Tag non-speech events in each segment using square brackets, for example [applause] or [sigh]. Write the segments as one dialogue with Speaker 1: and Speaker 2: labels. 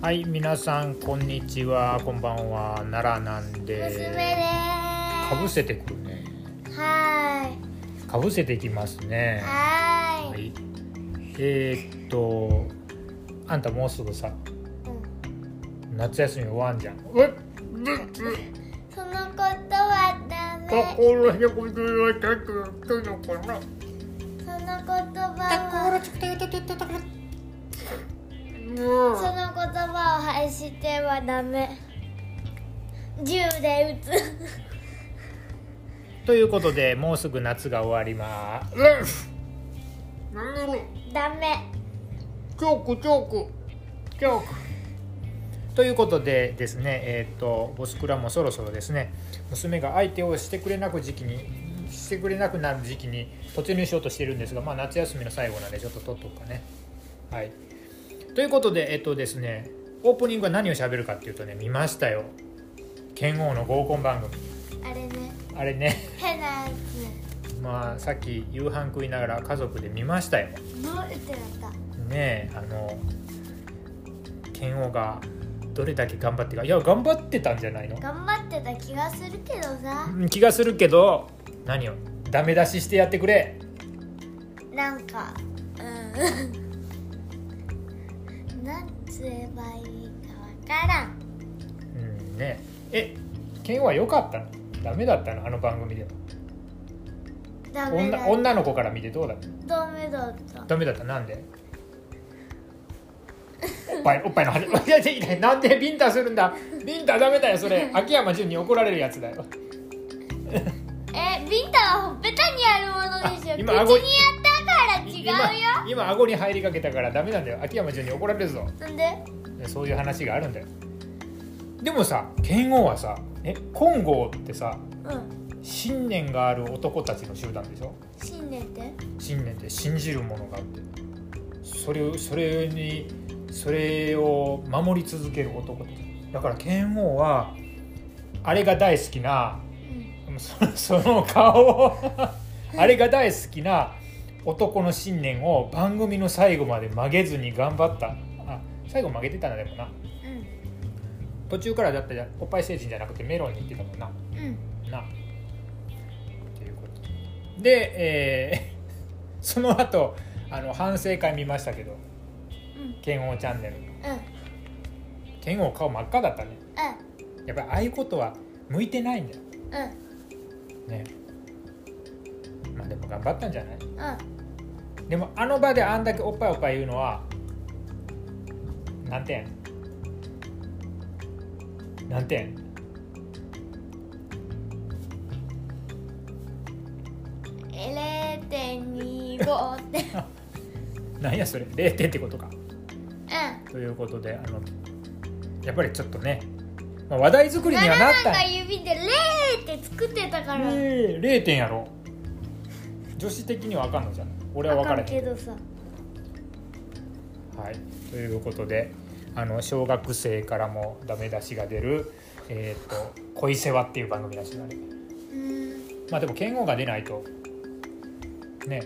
Speaker 1: はい、皆さん、こんにちは、こんばんは、奈良なん
Speaker 2: 娘で
Speaker 1: で。かぶせてくるね。
Speaker 2: す。は
Speaker 1: かぶせてきます
Speaker 2: ーい。
Speaker 1: ね。
Speaker 2: は
Speaker 1: は
Speaker 2: ーい。
Speaker 1: い。えー、っと。あんたもうすぐさ、
Speaker 2: うん
Speaker 1: 夏休み終わんじゃん。えっ、
Speaker 2: そのことはダメ。
Speaker 1: 心へこじはたく、くのかな。
Speaker 2: その言葉は。その言葉を廃してはダメ。銃で撃つ。 [laughs]
Speaker 1: ということで、もうすぐ夏が終わります。なんだろう。
Speaker 2: ダメ。
Speaker 1: チョークチョークチョークということでですねえっ、とボスクラもそろそろですね娘が相手をしてくれなく時期にしてくれなくなる時期に突入しようとしてるんですがまあ夏休みの最後なんでちょっと取っとくかねはいということでえっ、とですねオープニングは何を喋るかっていうとね見ましたよ剣王の合コン番組
Speaker 2: あれね。
Speaker 1: あれね [laughs]
Speaker 2: 変なや
Speaker 1: まあさっき夕飯食いながら家族で見ましたよ
Speaker 2: つ。どうってなっ
Speaker 1: ねえあの剣王がどれだけ頑張ってかいや頑張ってたんじゃないの
Speaker 2: た。頑張ってた気がするけどさ。
Speaker 1: うん気がするけど何をダメ出ししてやってくれ
Speaker 2: なんか。うん。なんつえばいいかわからん。
Speaker 1: うんねええ剣王は良かったのダメだったのあの番組でも
Speaker 2: ダメだ
Speaker 1: 女女の子から見てどうだった
Speaker 2: ダメだった
Speaker 1: ダメだったなんでおっぱいおっぱいの話 [laughs] いやいやいやなんでビンタするんだビンタダメだよそれ秋山純に怒られるやつだよ
Speaker 2: えビンタはほっぺたにあるものでしょ
Speaker 1: あ
Speaker 2: 口に
Speaker 1: 今
Speaker 2: やっ
Speaker 1: 顎に
Speaker 2: たから違うよ
Speaker 1: 今今顎に入りかけたからダメなんだよ秋山純に怒られるぞ
Speaker 2: なんで
Speaker 1: そういう話があるんだよでもさ剣王はさえ金剛ってさ
Speaker 2: うん
Speaker 1: 信念がある男たちの集団でしょ
Speaker 2: 信念って
Speaker 1: 信念って信じるものがあってそれをそれにそれを守り続ける男ってだから剣王はあれが大好きな
Speaker 2: うん
Speaker 1: そその顔を [laughs] あれが大好きな男の信念を番組の最後まで曲げずに頑張ったあ最後曲げてたなでもな途中からだっておっぱい星人じゃなくてメロンに行ってたもんな
Speaker 2: うんうん
Speaker 1: なっていうことで、えー [laughs] その後あの反省会見ましたけど「剣王チャンネル」
Speaker 2: うんうん
Speaker 1: 剣王顔真っ赤だったねやっぱりああいうことは向いてないんだよ
Speaker 2: う
Speaker 1: ねまあでも頑張ったんじゃない
Speaker 2: んうん
Speaker 1: でもあの場であんだけおっぱいおっぱい言うのは何点何点
Speaker 2: 0.25って
Speaker 1: なんやそれ0点ってことか
Speaker 2: う
Speaker 1: ということであのやっぱりちょっとね、まあ、話題作
Speaker 2: ん
Speaker 1: りにはなっ
Speaker 2: 7
Speaker 1: たん
Speaker 2: が
Speaker 1: や
Speaker 2: 指で0って作ってたか
Speaker 1: ね
Speaker 2: ら、
Speaker 1: え0点やろ女子的にはあかんのじゃん俺は分か
Speaker 2: から
Speaker 1: へん
Speaker 2: るけどさ
Speaker 1: はい、ということであの小学生からもダメ出しが出る「えー、と恋世話」っていう番組らしいのあれ
Speaker 2: うん
Speaker 1: まあでも剣豪が出ないとね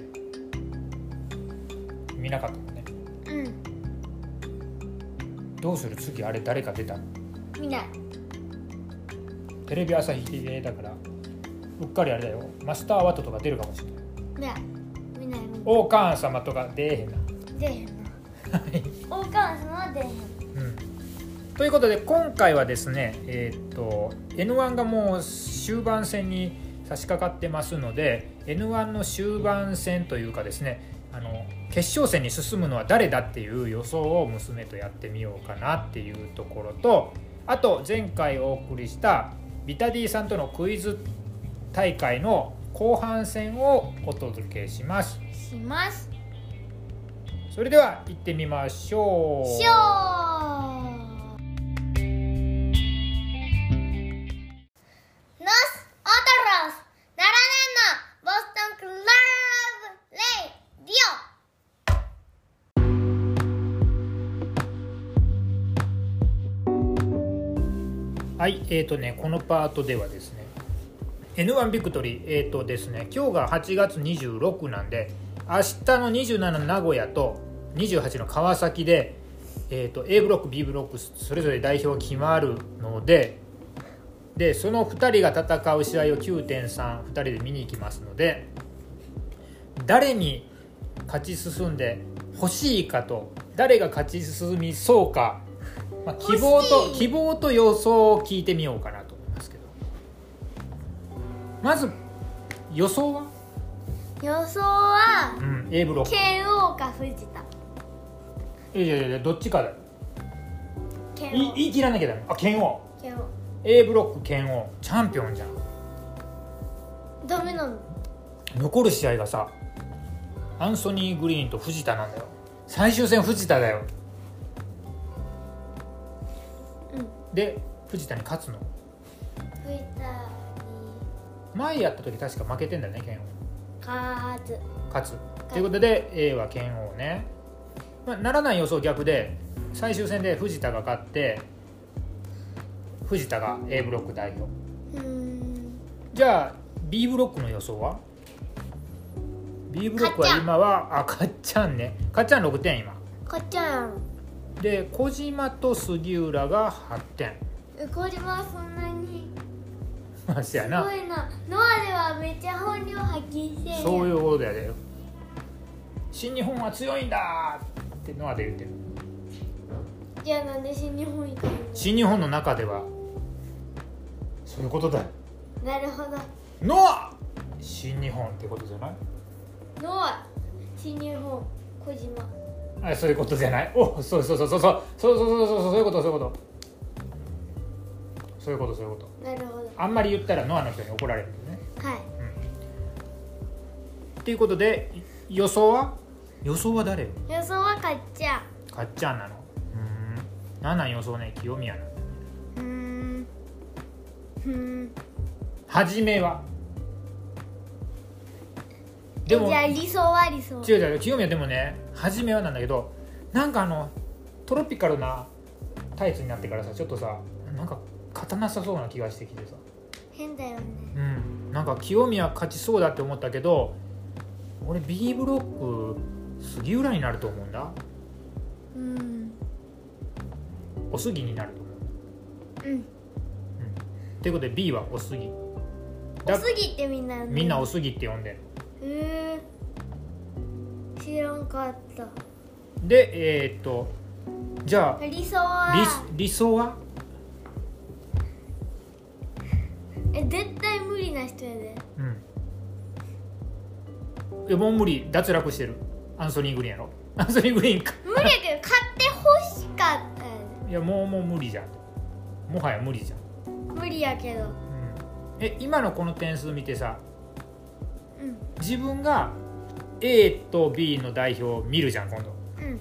Speaker 1: 見なかったもんね
Speaker 2: うん
Speaker 1: どうする次あれ誰か出たの
Speaker 2: 見ない
Speaker 1: テレビ朝日系だからうっかりあれだよマスターワットとか出るかもしれない
Speaker 2: 見ない見ない見ない
Speaker 1: 王冠様とか出えへんな
Speaker 2: 出へん
Speaker 1: は
Speaker 2: ない王冠様は出へん
Speaker 1: うんということで今回はですね、えーっと N1 がもう終盤戦に差し掛かってますので N1 の終盤戦というかですねあの決勝戦に進むのは誰だっていう予想を娘とやってみようかなっていうところとあと前回お送りしたビタディさんとのクイズ大会の後半戦をお届けします
Speaker 2: します
Speaker 1: それでは行ってみましょう
Speaker 2: しょノスオトロス奈良年のボストンクラブレイディ
Speaker 1: はい、えーとね、このパートではですね N1 ビクトリー、えーとですね、今日が8月26なんで明日の27の名古屋と28の川崎でえー、と A ブロック B ブロックそれぞれ代表決まるのででその2人が戦う試合を9.32人で見に行きますので誰に勝ち進んでほしいかと誰が勝ち進みそうか、まあ、希望と
Speaker 2: 欲しい
Speaker 1: 希望と予想を聞いてみようかなと思いますけどまず予想は、
Speaker 2: 予想は
Speaker 1: うん A ブロック
Speaker 2: KO か藤田
Speaker 1: いやいやいやどっちかだよ
Speaker 2: KO
Speaker 1: い言い切らなきゃダメあ剣王
Speaker 2: KO
Speaker 1: A ブロック剣王チャンピオンじゃん
Speaker 2: ダメなの
Speaker 1: 残る試合がさアンソニー・グリーンと藤田なんだよ最終戦藤田だよ、
Speaker 2: う
Speaker 1: で藤田に勝つの
Speaker 2: 藤田に
Speaker 1: 前やった時確か負けてんだよね剣王
Speaker 2: 勝つ
Speaker 1: 勝つということで A は剣王ね、まあ、ならない予想逆で最終戦で藤田が勝って藤田が A ブロック代表
Speaker 2: うーん
Speaker 1: じゃあ B ブロックの予想は B ブロックは
Speaker 2: かっちゃん
Speaker 1: 今はあかっちゃんねかっちゃん6点今
Speaker 2: 勝っちゃう
Speaker 1: で小島と杉浦が8点
Speaker 2: やんこれはそんなに
Speaker 1: まあそや
Speaker 2: すご
Speaker 1: ない
Speaker 2: なノアではめっちゃ本領発揮してるやん
Speaker 1: そういうことやで新日本は強いんだってのはで言ってる
Speaker 2: じゃあなんで新日本行く
Speaker 1: 新日本の中ではそういうことだよ
Speaker 2: のなるほど
Speaker 1: のは新日本ってことじゃない
Speaker 2: ノア新日本小島
Speaker 1: あそういうことじゃないおそうそうそうそうそうそうそうそうそうそういうことそういうことそういうことそういうこと
Speaker 2: なるほど
Speaker 1: あんまり言ったらノアの人に怒られるけどね。
Speaker 2: はい
Speaker 1: ということでい予想は予想は誰よ
Speaker 2: 予想は勝っちゃ
Speaker 1: かっちゃんなの。うーん。なんなん予想ね清宮なの。
Speaker 2: ううーんうーん
Speaker 1: はじめは。でも
Speaker 2: じゃあ理想は理想
Speaker 1: 違う違う清宮でもねはじめはなんだけどなんかあのトロピカルなタイツになってからさちょっとさなんか勝たなさそうな気がしてきてさ。
Speaker 2: 変だよね
Speaker 1: うん、なんか清宮勝ちそうだって思ったけど俺 B ブロック杉浦になると思うんだ
Speaker 2: うん
Speaker 1: お杉になると思う
Speaker 2: うん
Speaker 1: ということで B はお杉
Speaker 2: お
Speaker 1: だ
Speaker 2: すぎってみんな呼でる
Speaker 1: みんなお杉って呼んでる
Speaker 2: へえ知らんかった
Speaker 1: でえーっとじゃ
Speaker 2: 理想
Speaker 1: あ
Speaker 2: は
Speaker 1: 理理想は
Speaker 2: え絶対無理な人やで
Speaker 1: うんいやもう無理脱落してるアンソニー・グリーンやろアンソニー・グリーンか
Speaker 2: 無理やけど買ってほしかったやで
Speaker 1: いやもうもう無理じゃんもはや無理じゃん、
Speaker 2: 無理やけど
Speaker 1: うん、え今のこの点数見てさ
Speaker 2: うん
Speaker 1: 自分が A と B の代表を見るじゃん今度
Speaker 2: うん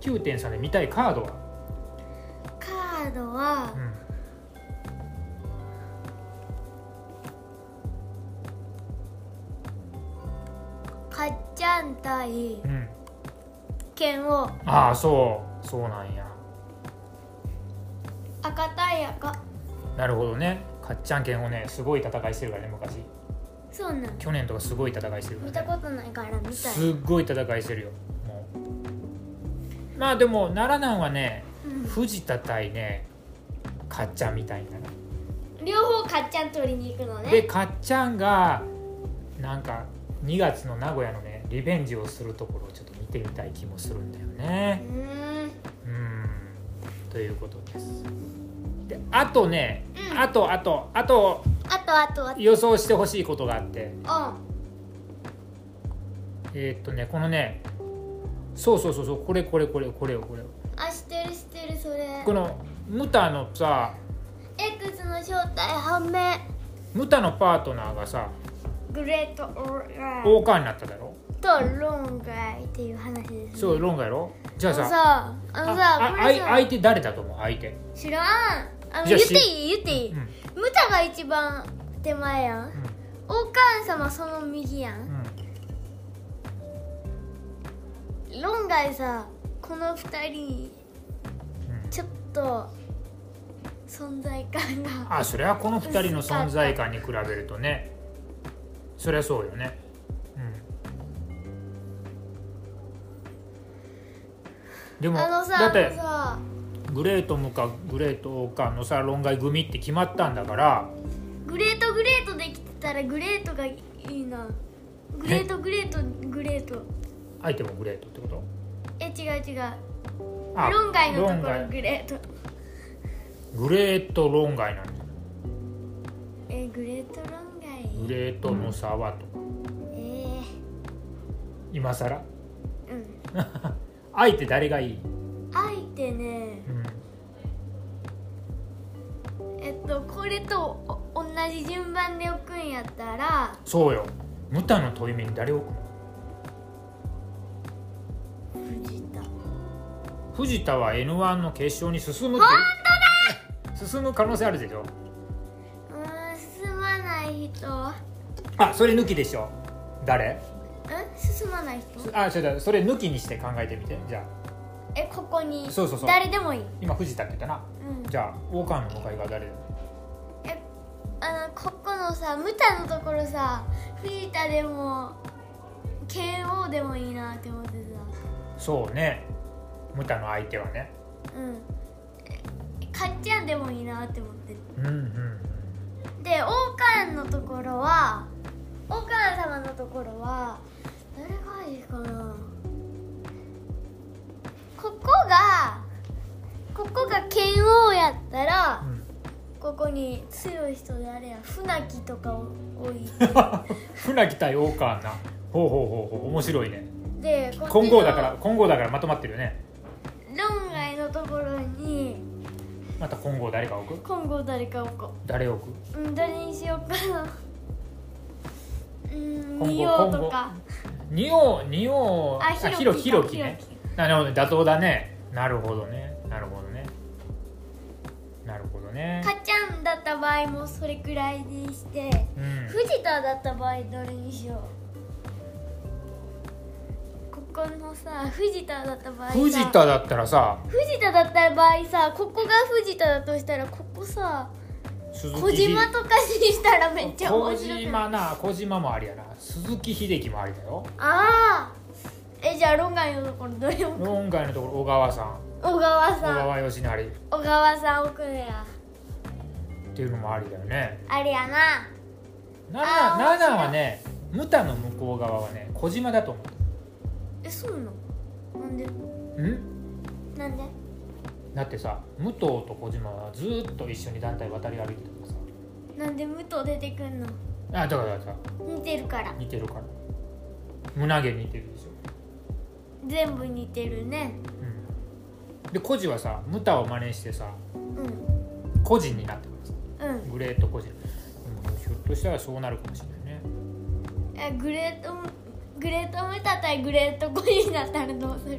Speaker 1: 9.3で見たいカードは、
Speaker 2: カードは
Speaker 1: うん、
Speaker 2: かっちゃん対
Speaker 1: うん、
Speaker 2: 剣を
Speaker 1: ああそうそうなんや
Speaker 2: 赤対赤
Speaker 1: なるほどねかっちゃん剣をねすごい戦いしてるからね昔
Speaker 2: そうなん
Speaker 1: 去年とかすごい戦いしてる
Speaker 2: 見
Speaker 1: か
Speaker 2: た
Speaker 1: ら、ね、
Speaker 2: ことないから見たい
Speaker 1: すっごい戦いしてるよもうまあでも奈良南はね
Speaker 2: うん
Speaker 1: 藤田対ねかっちゃんみたいな
Speaker 2: 両方かっちゃん取りに行くの
Speaker 1: で
Speaker 2: ね
Speaker 1: かっちゃんがなんか2月の名古屋のねリベンジをするところをちょっと見てみたい気もするんだよ
Speaker 2: う
Speaker 1: ね
Speaker 2: ーん
Speaker 1: うんということですであとね、
Speaker 2: うん
Speaker 1: あとあとあと
Speaker 2: あとあとあと
Speaker 1: 予想してほしいことがあって
Speaker 2: う
Speaker 1: えーっとねこのねそうそうそうそうこれこれこれこれをこれを
Speaker 2: んあ知ってる知ってるそれ
Speaker 1: このムタのさ
Speaker 2: X の正体判明
Speaker 1: ムタのパートナーがさ
Speaker 2: グレートオーライ
Speaker 1: 王冠になっただろ
Speaker 2: とロンガイっていう話です、ね、
Speaker 1: そうロンガやろじゃあ
Speaker 2: あの
Speaker 1: さ
Speaker 2: さあのさ
Speaker 1: あ
Speaker 2: こ
Speaker 1: あ
Speaker 2: れ
Speaker 1: い
Speaker 2: さ
Speaker 1: 相手誰だと思う相手
Speaker 2: 知らんあの
Speaker 1: じゃ
Speaker 2: 言
Speaker 1: あ
Speaker 2: って
Speaker 1: し
Speaker 2: いい言っていい、
Speaker 1: うん
Speaker 2: ムタが一番手前やん王冠様その右や
Speaker 1: うんん
Speaker 2: ロンガイさこの二人
Speaker 1: うん
Speaker 2: ちょっと存在感が
Speaker 1: あそれはこの2人の存在感に比べるとねそりゃそうよねうんでも
Speaker 2: あのさ
Speaker 1: だっ
Speaker 2: あ
Speaker 1: て
Speaker 2: のさ
Speaker 1: グレートムかグレートオーカのさ論外組って決まったんだから
Speaker 2: グレートグレートできてたらグレートがいいなグレートグレートグレート
Speaker 1: 相手もグレートってこと
Speaker 2: え違う違う
Speaker 1: あ
Speaker 2: 論外のと
Speaker 1: 論
Speaker 2: ころ
Speaker 1: 外
Speaker 2: グレート
Speaker 1: グレート論外なんだ
Speaker 2: えグレート論
Speaker 1: グ
Speaker 2: 外
Speaker 1: レートの差はとか
Speaker 2: え
Speaker 1: 今更
Speaker 2: ー、うん
Speaker 1: 相手誰がいい、
Speaker 2: 相手ね
Speaker 1: うん、
Speaker 2: えっとこれとお同じ順番で置くんやったら
Speaker 1: そうよムタの問い目に誰を置くの
Speaker 2: 藤田
Speaker 1: 藤田は N1 の決勝に進むって進む可能性あるでしょ
Speaker 2: うーん進まない人う
Speaker 1: あそれ抜きでしょ誰
Speaker 2: ん進まない人
Speaker 1: あそうだそれ抜きにして考えてみてじゃあ
Speaker 2: えここに
Speaker 1: そうそうそう
Speaker 2: 誰でもいい、うん、
Speaker 1: 今藤田って言ったなじゃあ王冠の向かいが誰だ
Speaker 2: えあのここのさムタのところさ藤田でも剣王でもいいなって思って
Speaker 1: そうねムタの相手はね
Speaker 2: たうんえかっちゃんでもいいなって思ってる
Speaker 1: うんうんうん
Speaker 2: で王冠のところは王冠様のところは誰がいいかなここがここが剣王やったら、
Speaker 1: [laughs]
Speaker 2: ここに強い人であれや船木とかを置いて
Speaker 1: 船木対王冠なほうほうほうほう面白いね
Speaker 2: でこっちの
Speaker 1: 混合だから混合だからまとまってるよね
Speaker 2: 論外のところに
Speaker 1: また混合誰が置く
Speaker 2: 今後誰か置こ
Speaker 1: 誰置く
Speaker 2: ううん誰にしようかなう
Speaker 1: 今
Speaker 2: ん
Speaker 1: 後
Speaker 2: 仁王とか
Speaker 1: 二王二王
Speaker 2: あ
Speaker 1: ひ
Speaker 2: ひ
Speaker 1: ろ
Speaker 2: ろ
Speaker 1: き
Speaker 2: き
Speaker 1: ひろきねなるほど妥当だねなるほどねなるほどねなるほどね
Speaker 2: かっちゃんだった場合もそれくらいにして
Speaker 1: うん
Speaker 2: 藤田だった場合どれにしようここのさ藤田だった場合さ
Speaker 1: 藤田だったらさ
Speaker 2: 藤田だった場合さここが藤田だとしたらここさ
Speaker 1: 鈴木
Speaker 2: 小島とかにしたらめっちゃ
Speaker 1: 小
Speaker 2: 面白くない
Speaker 1: 島な小島もありやな鈴木秀樹もありだよ
Speaker 2: ああえじゃあ論外のところどれも
Speaker 1: 論外のところ小川さん
Speaker 2: 小川
Speaker 1: 小
Speaker 2: さん
Speaker 1: 川義成っ
Speaker 2: 小川さん置くのや
Speaker 1: ていうのもありだよね
Speaker 2: あれやな
Speaker 1: 7
Speaker 2: あー面白い
Speaker 1: はねムタの向こう側はね小島だと思
Speaker 2: えそうなのなんで
Speaker 1: ううん
Speaker 2: なんで
Speaker 1: だってさ武藤と小島はずーっと一緒に団体渡り歩いてたからさ
Speaker 2: なんで武藤出てくんの
Speaker 1: あだからだから
Speaker 2: 似てるから
Speaker 1: 似てるから胸毛似てるでしょ、
Speaker 2: 全部似てるね
Speaker 1: うん、で孤児はさムタを真似してさ
Speaker 2: うん
Speaker 1: 孤児になってくるさ
Speaker 2: うん
Speaker 1: グレート孤児でもひょっとしたらそうなるかもしれないね
Speaker 2: えグレートグレートムタ対グレートコインだったらどうする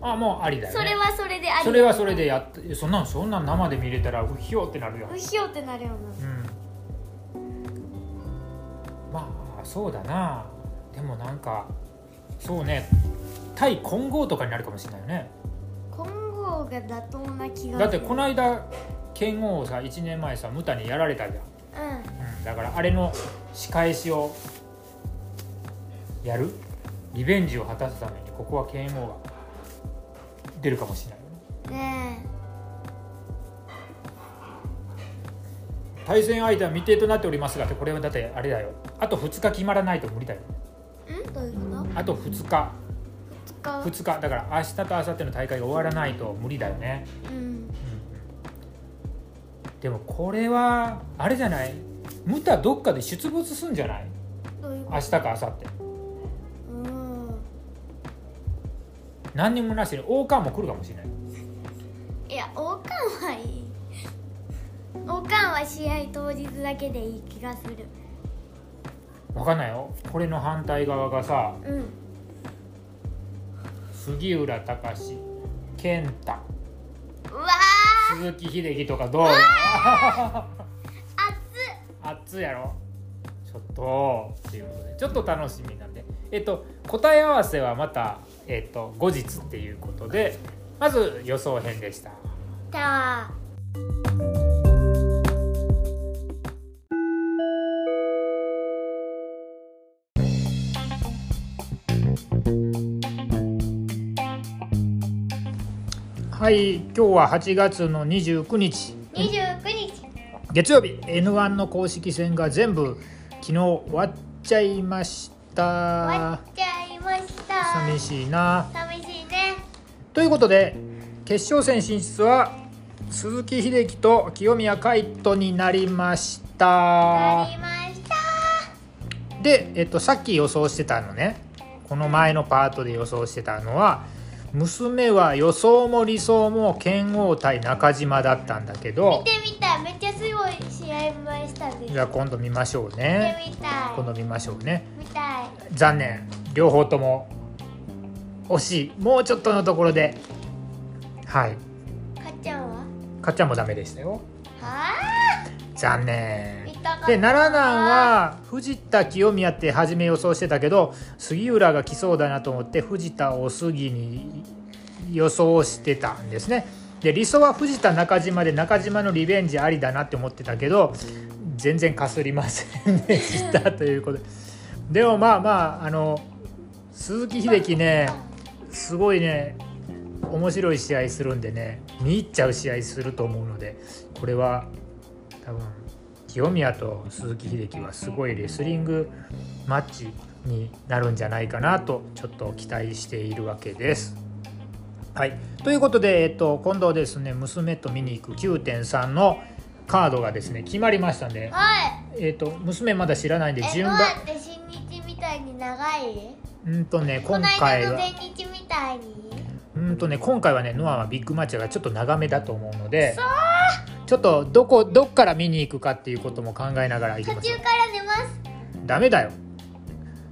Speaker 1: あもうありだよ、ね、
Speaker 2: それはそれであり
Speaker 1: それはそれでやってそんなんそんなん生で見れたらうひょってなるやん
Speaker 2: うひょってなるような
Speaker 1: うんまあそうだなでもなんかそうね対混合とかになるかもしれないよね
Speaker 2: 今後が妥当な気が
Speaker 1: だってこの
Speaker 2: い
Speaker 1: 間剣王をさ1年前さムタにやられたじゃん、
Speaker 2: う
Speaker 1: うん、だからあれの仕返しをやるリベンジを果たすためにここは剣王が出るかもしれないよね
Speaker 2: んね
Speaker 1: 対戦相手は未定となっておりますがってこれはだってあれだよあと2日決まらないと無理だよ
Speaker 2: えんどういうこ
Speaker 1: あと2日
Speaker 2: と使う
Speaker 1: 2日だから明日と明後日の大会が終わらないと無理だよね、
Speaker 2: うん
Speaker 1: でもこれはあれじゃないムタどっかで出没すんじゃない
Speaker 2: どういうこ
Speaker 1: 明日か明後日
Speaker 2: とうん
Speaker 1: 何にもなしに王冠も来るかもしれない
Speaker 2: いや王冠はいい王冠は試合当日だけでいい気がする
Speaker 1: 分かんないよこれの反対側がさ
Speaker 2: うん
Speaker 1: 杉浦隆健太
Speaker 2: うわ
Speaker 1: 鈴木秀樹とかどうよ
Speaker 2: ー熱っ
Speaker 1: [laughs] 熱いやろちょっとっていうことでちょっと楽しみなんでえっと答え合わせはまたえっと後日っていうことでまず予想編でした
Speaker 2: た
Speaker 1: はい今日は8月の29日
Speaker 2: 二十九日。
Speaker 1: 月曜日 N1 の公式戦が全部昨日終わっちゃいまし
Speaker 2: 終わ
Speaker 1: た
Speaker 2: っちゃいました。
Speaker 1: 寂しいな
Speaker 2: 寂しいね。
Speaker 1: ということで決勝戦進出は鈴木秀樹と清宮海斗になりまし
Speaker 2: な
Speaker 1: た
Speaker 2: りました。
Speaker 1: で、えっと、さっき予想してたのねこの前のパートで予想してたのは娘は予想も理想も剣王対中島だったんだけど
Speaker 2: 見てみたい。めっちゃすごい試合見ましたね。見
Speaker 1: じゃあ今度見ましょうね
Speaker 2: てみた
Speaker 1: 今度見ましょうね
Speaker 2: い。見たい。
Speaker 1: 残念両方とも惜しいもうちょっとのところではい
Speaker 2: かっちゃんは。
Speaker 1: かっちゃんもダメでしたよ
Speaker 2: は
Speaker 1: 残
Speaker 2: あ。
Speaker 1: 念
Speaker 2: 見たかった。
Speaker 1: で奈良南は藤田清宮って初め予想してたけど杉浦が来そうだなと思って藤田お杉に予想してたんですねで理想は藤田中島で中島のリベンジありだなって思ってたけど全然かすりませんでしたということででもまあまああの鈴木秀樹ねすごいね面白い試合するんでね見入っちゃう試合すると思うのでこれは多分清宮と鈴木秀樹はすごいレスリングマッチになるんじゃないかなとちょっと期待しているわけです。はい、ということで、えっと、今度ですね娘と見に行く9.3のカードがですね決まりましたんで、
Speaker 2: は
Speaker 1: えっと、娘まだ知らないんで
Speaker 2: い。え、
Speaker 1: 順
Speaker 2: どう
Speaker 1: 番
Speaker 2: やって新日みたいに長い。
Speaker 1: うんとね
Speaker 2: こ
Speaker 1: 今
Speaker 2: の
Speaker 1: 回
Speaker 2: 間の
Speaker 1: は
Speaker 2: 全日みたいに。
Speaker 1: うんとね今回はねノアはビッグマッチがちょっと長めだと思うのでちょっとどこどっから見に行くかっていうことも考えながら行き
Speaker 2: 途
Speaker 1: ましょ
Speaker 2: 中
Speaker 1: う
Speaker 2: から出ます。
Speaker 1: ダメだよ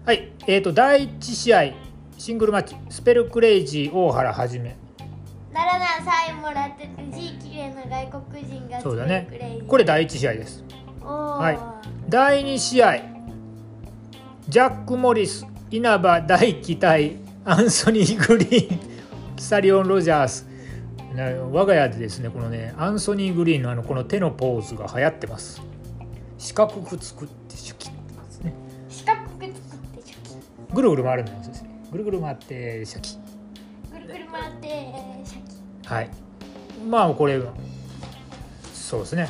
Speaker 1: はいえー、と第1試合シングルマッチスペルクレイジー大原はじめ
Speaker 2: 奈良南サインもらってて字綺麗な外国人が
Speaker 1: そうだ
Speaker 2: 作るく
Speaker 1: ね
Speaker 2: い
Speaker 1: これ第1試合です
Speaker 2: おー
Speaker 1: はい第2試合ジャック・モリス稲葉大輝対アンソニー・グリーンキサリオン・ロジャースな我が家でですねこのねアンソニー・グリーンのあのこの手のポーズが流行ってます四角く作ってシュキッてですね
Speaker 2: 四角く作ってチョキ
Speaker 1: ぐるぐる回るんですねぐるぐる回ってシャキ
Speaker 2: ぐるぐる回ってシャキ
Speaker 1: はいまあこれそうですね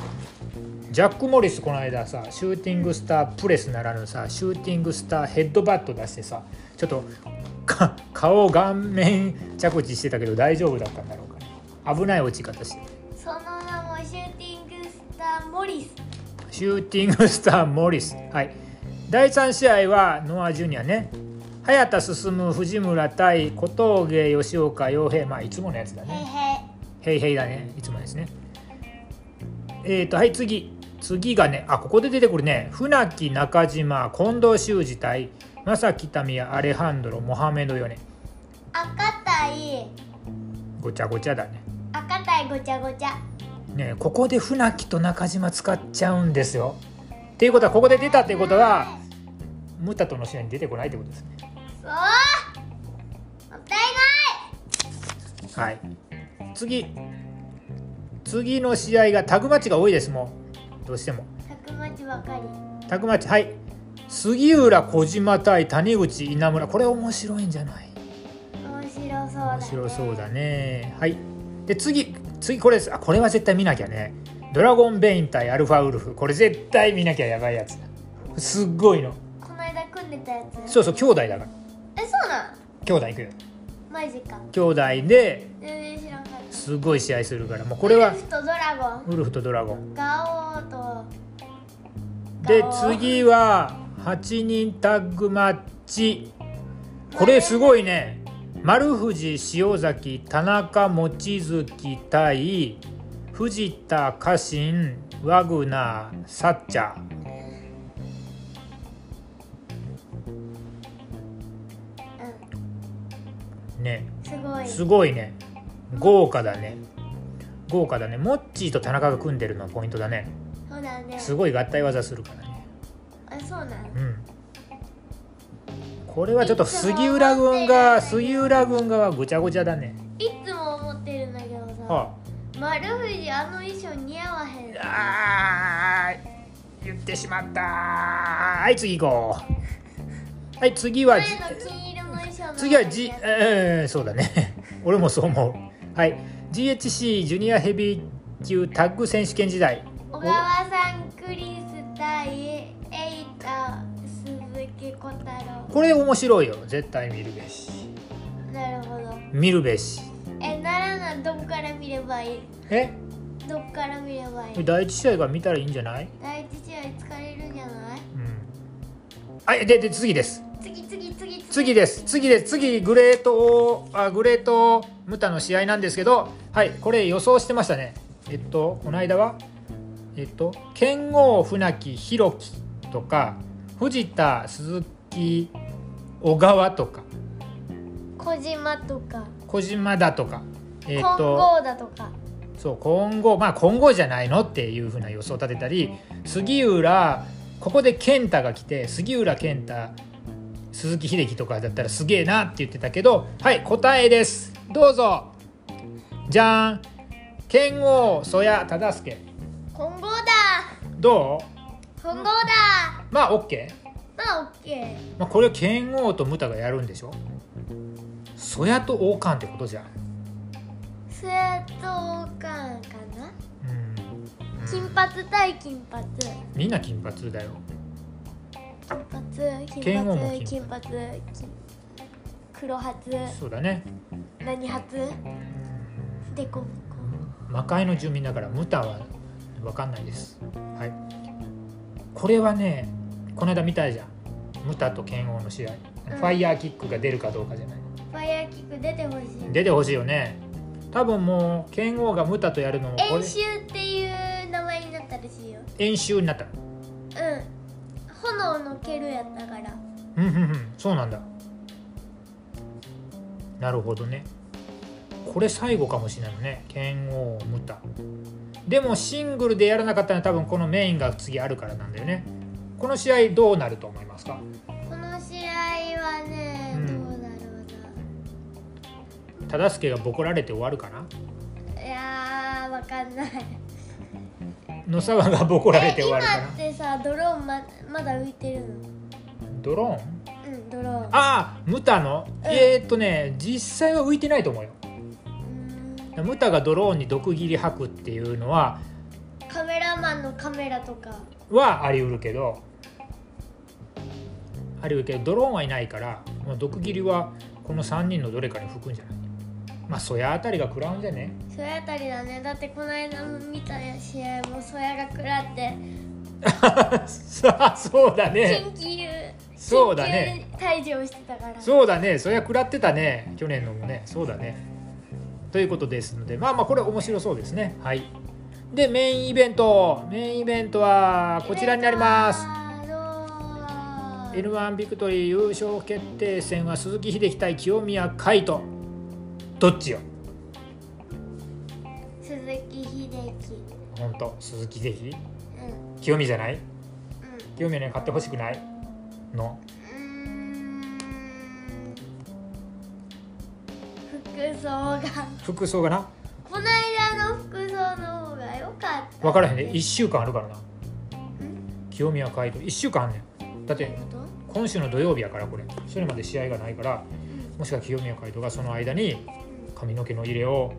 Speaker 1: ジャック・モリスこの間さシューティングスタープレスならぬさシューティングスターヘッドバット出してさちょっとか顔顔面着地してたけど大丈夫だったんだろうかね危ない落ち方して
Speaker 2: その名もシューティングスターモリス
Speaker 1: シューティングスターモリスはい第3試合はノア・ジュニアね早田進藤村対小峠吉岡洋平まあいつものやつだ
Speaker 2: へ
Speaker 1: ね
Speaker 2: いへ
Speaker 1: へいへいだねいつもですねえーとはい次次がねあここで出てくるね船木中島近藤修二対正木民也アレハンドロモハメドヨネ
Speaker 2: 赤対
Speaker 1: ごちゃごちゃだね
Speaker 2: 赤対ごちゃごちゃ
Speaker 1: ねここで船木と中島使っちゃうんですよっていうことはここで出たっていうことはムタとの試合に出てこないってことですね
Speaker 2: そうもったい
Speaker 1: は
Speaker 2: ない
Speaker 1: い次次の試合がタグマッチが多いですもうどうしても
Speaker 2: たくまちばかり
Speaker 1: タグマッチはい杉浦小島対谷口稲村これ面白いんじゃない
Speaker 2: 面白そうだ、
Speaker 1: 面
Speaker 2: ね、
Speaker 1: 白そうだねはいで次次これですあこれは絶対見なきゃねドラゴンベイン対アルファウルフこれ絶対見なきゃやばいやつだすっごいの
Speaker 2: この間組んでたやつ
Speaker 1: そうそう兄弟だから
Speaker 2: えそうなん
Speaker 1: 兄弟行くよ
Speaker 2: マジか
Speaker 1: 兄弟で
Speaker 2: 全然知らんかった
Speaker 1: すごい試合するからもうこれは
Speaker 2: ウルフとドラゴン
Speaker 1: ウルフとドラゴン
Speaker 2: ガオーと
Speaker 1: で
Speaker 2: ガオー
Speaker 1: 次は8人タッグマッチこれすごいね丸藤塩崎田中望月対藤田家臣ワグナーサッチャー
Speaker 2: う
Speaker 1: ね
Speaker 2: んすごい
Speaker 1: すごいね豪華だね豪華だねモッチーと田中が組んでるのポイントだね
Speaker 2: そうだね
Speaker 1: すごい合体技するからね
Speaker 2: あそうなの
Speaker 1: うんこれはちょっと杉浦軍が杉浦軍がぐちゃぐちゃだね
Speaker 2: いつも思ってるんだけどさ
Speaker 1: はあ
Speaker 2: 丸藤あの衣装似合わへん
Speaker 1: あー言ってしまったはい次行こうはい次は
Speaker 2: 前の金色の衣装
Speaker 1: [laughs]
Speaker 2: の
Speaker 1: 次はじ、えーそうだね俺もそう思うはい GHC ジュニアヘビー級タッグ選手権時代
Speaker 2: 小川さんクリス対エイタ鈴木小太郎
Speaker 1: これ面白いよ絶対見るべし
Speaker 2: なるほど
Speaker 1: 見るべし
Speaker 2: えならなどっから見ればいい
Speaker 1: え
Speaker 2: どっから見ればいい
Speaker 1: 第一試合から見たらいいんじゃない
Speaker 2: 第一試合疲れるんじゃな
Speaker 1: う
Speaker 2: い
Speaker 1: んはいでで次です
Speaker 2: 次次次次
Speaker 1: 次です次です次グレートあグレートムタの試合なんですけどはいこれ予想してましたねえっとこの間はえっと剣豪船木弘樹とか藤田鈴木小川とか
Speaker 2: 小島とか
Speaker 1: 小島だとかえっ
Speaker 2: 金
Speaker 1: と
Speaker 2: 剛だとか
Speaker 1: そう今後まあ今後じゃないのっていうふうな予想を立てたり杉浦ここで健太が来て杉浦健太鈴木秀樹とかだったらすげえなって言ってたけどはい答えですどうぞじゃん剣王曽谷忠介
Speaker 2: 金剛だ
Speaker 1: ど
Speaker 2: 金剛だ
Speaker 1: うまあ OK、
Speaker 2: まあオッケー
Speaker 1: まあ、これは剣王とムタがやるんでしょ曽谷と王冠ってことじゃん、
Speaker 2: 正当官かな
Speaker 1: うん、
Speaker 2: 金髪対金髪
Speaker 1: みんな金髪だよ
Speaker 2: 金髪
Speaker 1: 剣
Speaker 2: 金
Speaker 1: 王も
Speaker 2: 髪
Speaker 1: 金
Speaker 2: 金髪金黒髪
Speaker 1: そうだね
Speaker 2: 何髪デコボ
Speaker 1: 魔界の住民だからムタは分かんないです、はい、これはねこの間見たじゃんムタと剣王の試合、
Speaker 2: うん
Speaker 1: ファイヤーキックが出るかどうかじゃない
Speaker 2: コファイヤーキック出てほしい
Speaker 1: 出てほしいよね多分もう剣王がムタとやるのもこ
Speaker 2: 演
Speaker 1: れ
Speaker 2: 習っていう名前になったらしいよ
Speaker 1: 演習になった
Speaker 2: うん炎の蹴るやったから
Speaker 1: うんうんうんそうなんだなるほどねこれ最後かもしれないね剣王ムタでもシングルでやらなかったら多分このメインが次あるからなんだよねこの試合どうなると思いますか
Speaker 2: この試合はね、
Speaker 1: うん
Speaker 2: どうだろう
Speaker 1: 忠相がボコられて終わるかな
Speaker 2: ないやーわかんない
Speaker 1: 野沢がボコられて
Speaker 2: え
Speaker 1: 終わ
Speaker 2: 今
Speaker 1: るかな
Speaker 2: ってさドローンままだ浮いてるの
Speaker 1: ドローン
Speaker 2: うんドローン
Speaker 1: ああムタの、
Speaker 2: うん
Speaker 1: えーっとね実際は浮いてないと思うよ
Speaker 2: うーん
Speaker 1: ムタがドローンに毒斬り吐くっていうのは
Speaker 2: カメラマンのカメラとか
Speaker 1: はあり得るけどあり得るけどドローンはいないからまあ毒斬りはこの3人のどれかに吹くんじゃないまあそやあたりが食らうんじゃね [laughs]
Speaker 2: それあたりだねだってこの間見た試合もそやが食らって
Speaker 1: さあそうだね
Speaker 2: 緊急
Speaker 1: そうだね
Speaker 2: 緊急退場してたから
Speaker 1: そうだねそりゃ食らってたね去年のもねそうだねということですのでまあまあこれ面白そうですねはいでメインイベントメインイベントはこちらになります
Speaker 2: あのー
Speaker 1: N1 ビクトリー優勝決定戦は鈴木秀樹対清宮海斗どっちよ
Speaker 2: 鈴木秀樹
Speaker 1: 本当鈴木秀樹
Speaker 2: うんうん
Speaker 1: 清宮じゃない清宮には買ってほしくないの
Speaker 2: うーん服装が
Speaker 1: 服装がな
Speaker 2: この間の服装の方が良かった
Speaker 1: 分からへんで1週間あるからな清宮海斗1週間あんねんだって
Speaker 2: こと
Speaker 1: 今週の土曜日やからこれそれまで試合がないからもしくは清宮海斗がその間に髪の毛の入れを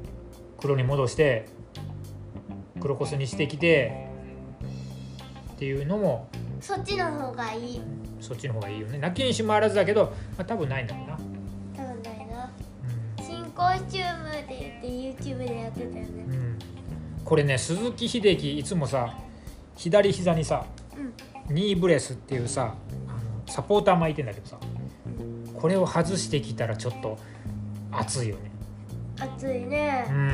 Speaker 1: 黒に戻して黒コスにしてきてっていうのも
Speaker 2: そっちの方がいい
Speaker 1: そっちの方がいいよね泣きにしもあらずだけど、まあ、多分ないんだろうな、
Speaker 2: 多分ないな新コスチュームって言って YouTube でやってた
Speaker 1: う
Speaker 2: よ
Speaker 1: ん
Speaker 2: ね
Speaker 1: うんこれね鈴木秀樹いつもさ左膝にさ
Speaker 2: うん
Speaker 1: ニーブレスっていうさあのサポーター巻いてんだけどさこれを外してきたらちょっと熱いよね
Speaker 2: 暑いね
Speaker 1: うん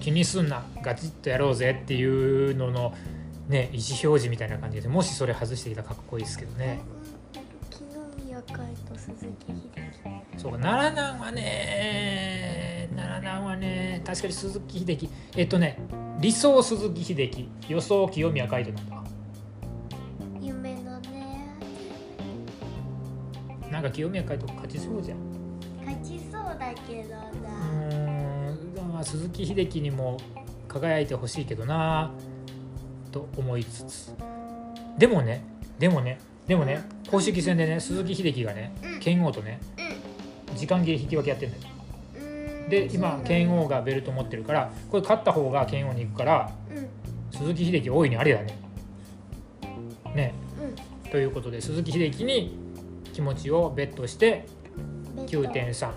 Speaker 1: 気にすんなガチッとやろうぜっていうののね意思表示みたいな感じでもしそれ外してきたらかっこいいですけどね
Speaker 2: 木宮海と鈴木秀樹
Speaker 1: そうか奈良南はね奈良南はね確かに鈴木秀樹えっとね理想鈴木秀樹予想清宮海斗なんだわ
Speaker 2: 夢のね
Speaker 1: なんか清宮海斗勝ちそうじゃん
Speaker 2: 勝ちそうだけどな、
Speaker 1: うーんまあ鈴木秀樹にも輝いてほしいけどなと思いつつでもねでもねでもね公式戦でね鈴木秀樹がね
Speaker 2: うん
Speaker 1: 剣王とね
Speaker 2: うん
Speaker 1: 時間切れ引き分けやってんだよ
Speaker 2: うーん
Speaker 1: で今剣王がベルト持ってるからこれ勝った方が剣王に行くから
Speaker 2: うんうん
Speaker 1: 鈴木秀樹大いにありだね。ねということで鈴木秀樹に気持ちをベットして
Speaker 2: ベッド
Speaker 1: 9.3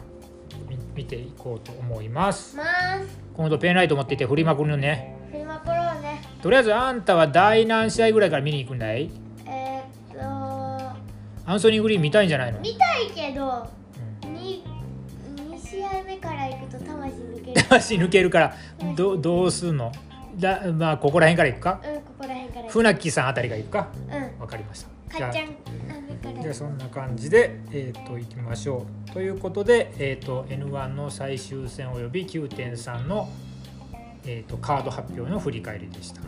Speaker 1: み見ていこうと思います。
Speaker 2: まーす
Speaker 1: 今度ペンライト持っていて振りまくるのね。
Speaker 2: 振りまくろうね
Speaker 1: とりあえずあんたは第何試合ぐらいから見に行くんだい
Speaker 2: えー、っ
Speaker 1: アンソニー・グリーン見たいんじゃないの、
Speaker 2: と
Speaker 1: うん
Speaker 2: 見たいけどに2試合目から行くと魂抜ける
Speaker 1: 足抜けるからどどうすんのだまあここら辺から行くか
Speaker 2: うんここらへんから行く
Speaker 1: 船木さんあたりが行くか
Speaker 2: うん
Speaker 1: わかりました。じ
Speaker 2: か
Speaker 1: ゃ
Speaker 2: っ
Speaker 1: あ
Speaker 2: ちゃんあれから
Speaker 1: じゃあそんな感じで、えー、といきましょう。ということで、えー、と N1 の最終戦および9.3の、えー、とカード発表の振り返りでした。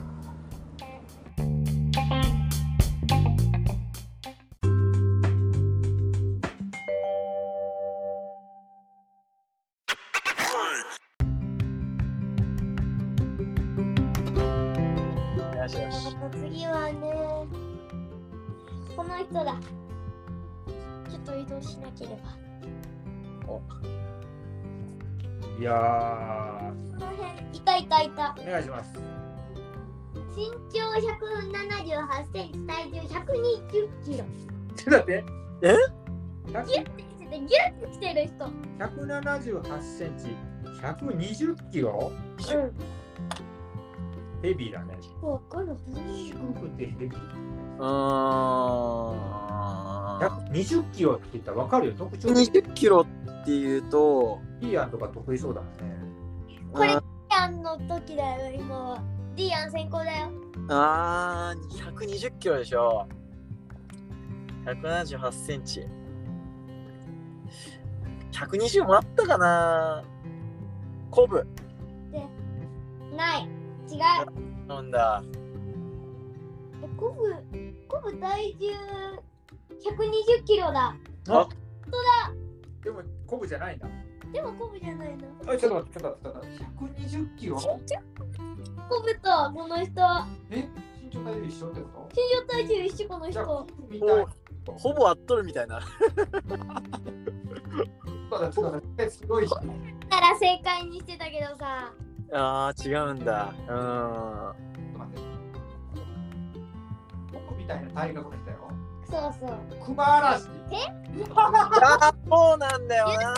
Speaker 3: よしよし。
Speaker 2: 次はねこの人だちょっと移動しなければ
Speaker 1: いやー、
Speaker 2: この辺いたいたいた
Speaker 1: お願いします。
Speaker 2: 身長178センチ体重120キロ
Speaker 1: ちょっと待って。
Speaker 3: え
Speaker 2: ギュッてしててギュッてしてる人
Speaker 1: ?178 センチ、120キロ
Speaker 2: うん
Speaker 1: ヘビーだね。
Speaker 2: わかる
Speaker 1: くてヘビー。
Speaker 3: うーん。
Speaker 1: 120キロって言ったらわかるよ。特徴的。
Speaker 3: 120キロっていうと、
Speaker 1: ピーアンとか得意そうだもんね。
Speaker 2: これ
Speaker 3: あ
Speaker 2: ディアンの時だよ今はディアン先行だよ
Speaker 3: あー、120キロでしょ。178センチ。120もあったかなコブ。
Speaker 2: ない違う
Speaker 3: なんだ。
Speaker 2: えコブコブ体重120キロだ
Speaker 3: あ
Speaker 1: でも、コブじゃないんだ。
Speaker 2: でもコブじゃないな
Speaker 1: あ、ちょっと待って、ちょっと待って、ちょっと待って。120キロ
Speaker 2: コブとこの人身長
Speaker 1: え身長体重一緒ってこ
Speaker 2: 体重一緒この
Speaker 1: とじゃあ
Speaker 2: 人
Speaker 1: コブみたい
Speaker 3: ほぼ合っとるみたいな。 [laughs]
Speaker 1: そうだそうだすごい人
Speaker 2: なら正解にしてたけどさ
Speaker 3: あー、違うんだ。うーん。
Speaker 1: 待ってコブみたいな体格でしたよ
Speaker 2: そうそう
Speaker 1: クマ嵐
Speaker 3: あーそうなんだよな。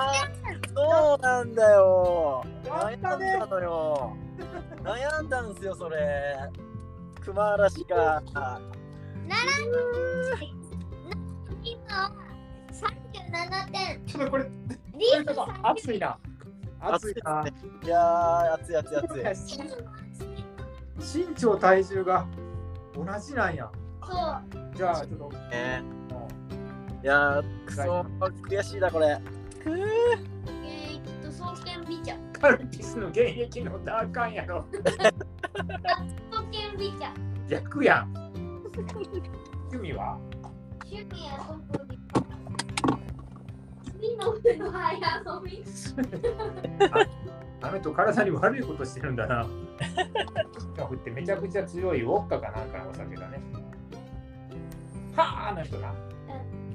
Speaker 3: そうなんだよ。
Speaker 1: や
Speaker 3: 悩
Speaker 1: っ
Speaker 3: ん
Speaker 1: た
Speaker 3: だ
Speaker 1: ね
Speaker 3: のよ。悩んだんすよ、それ。熊嵐が。
Speaker 2: 今は37点
Speaker 1: ちょっとこれこ
Speaker 2: リ
Speaker 1: れちょっと熱いな熱いな
Speaker 3: 熱いやー、熱い熱い熱い。
Speaker 1: 身長体重が同じなんや
Speaker 2: そう
Speaker 1: じゃあちょっと
Speaker 3: ね、いやー、くそー、悔しいな、これ。くー
Speaker 2: えー、ちょっと総研見ちゃう
Speaker 1: カルピスの現役のダーカンやろ
Speaker 2: 総研見ちゃう
Speaker 1: 逆やん趣味は
Speaker 2: 趣味やコブみんな俺の早飲み
Speaker 1: あの人体に悪いことしてるんだな。が降ってめちゃくちゃ強いウォッカかなんかのお酒だね。はああの人な。
Speaker 3: は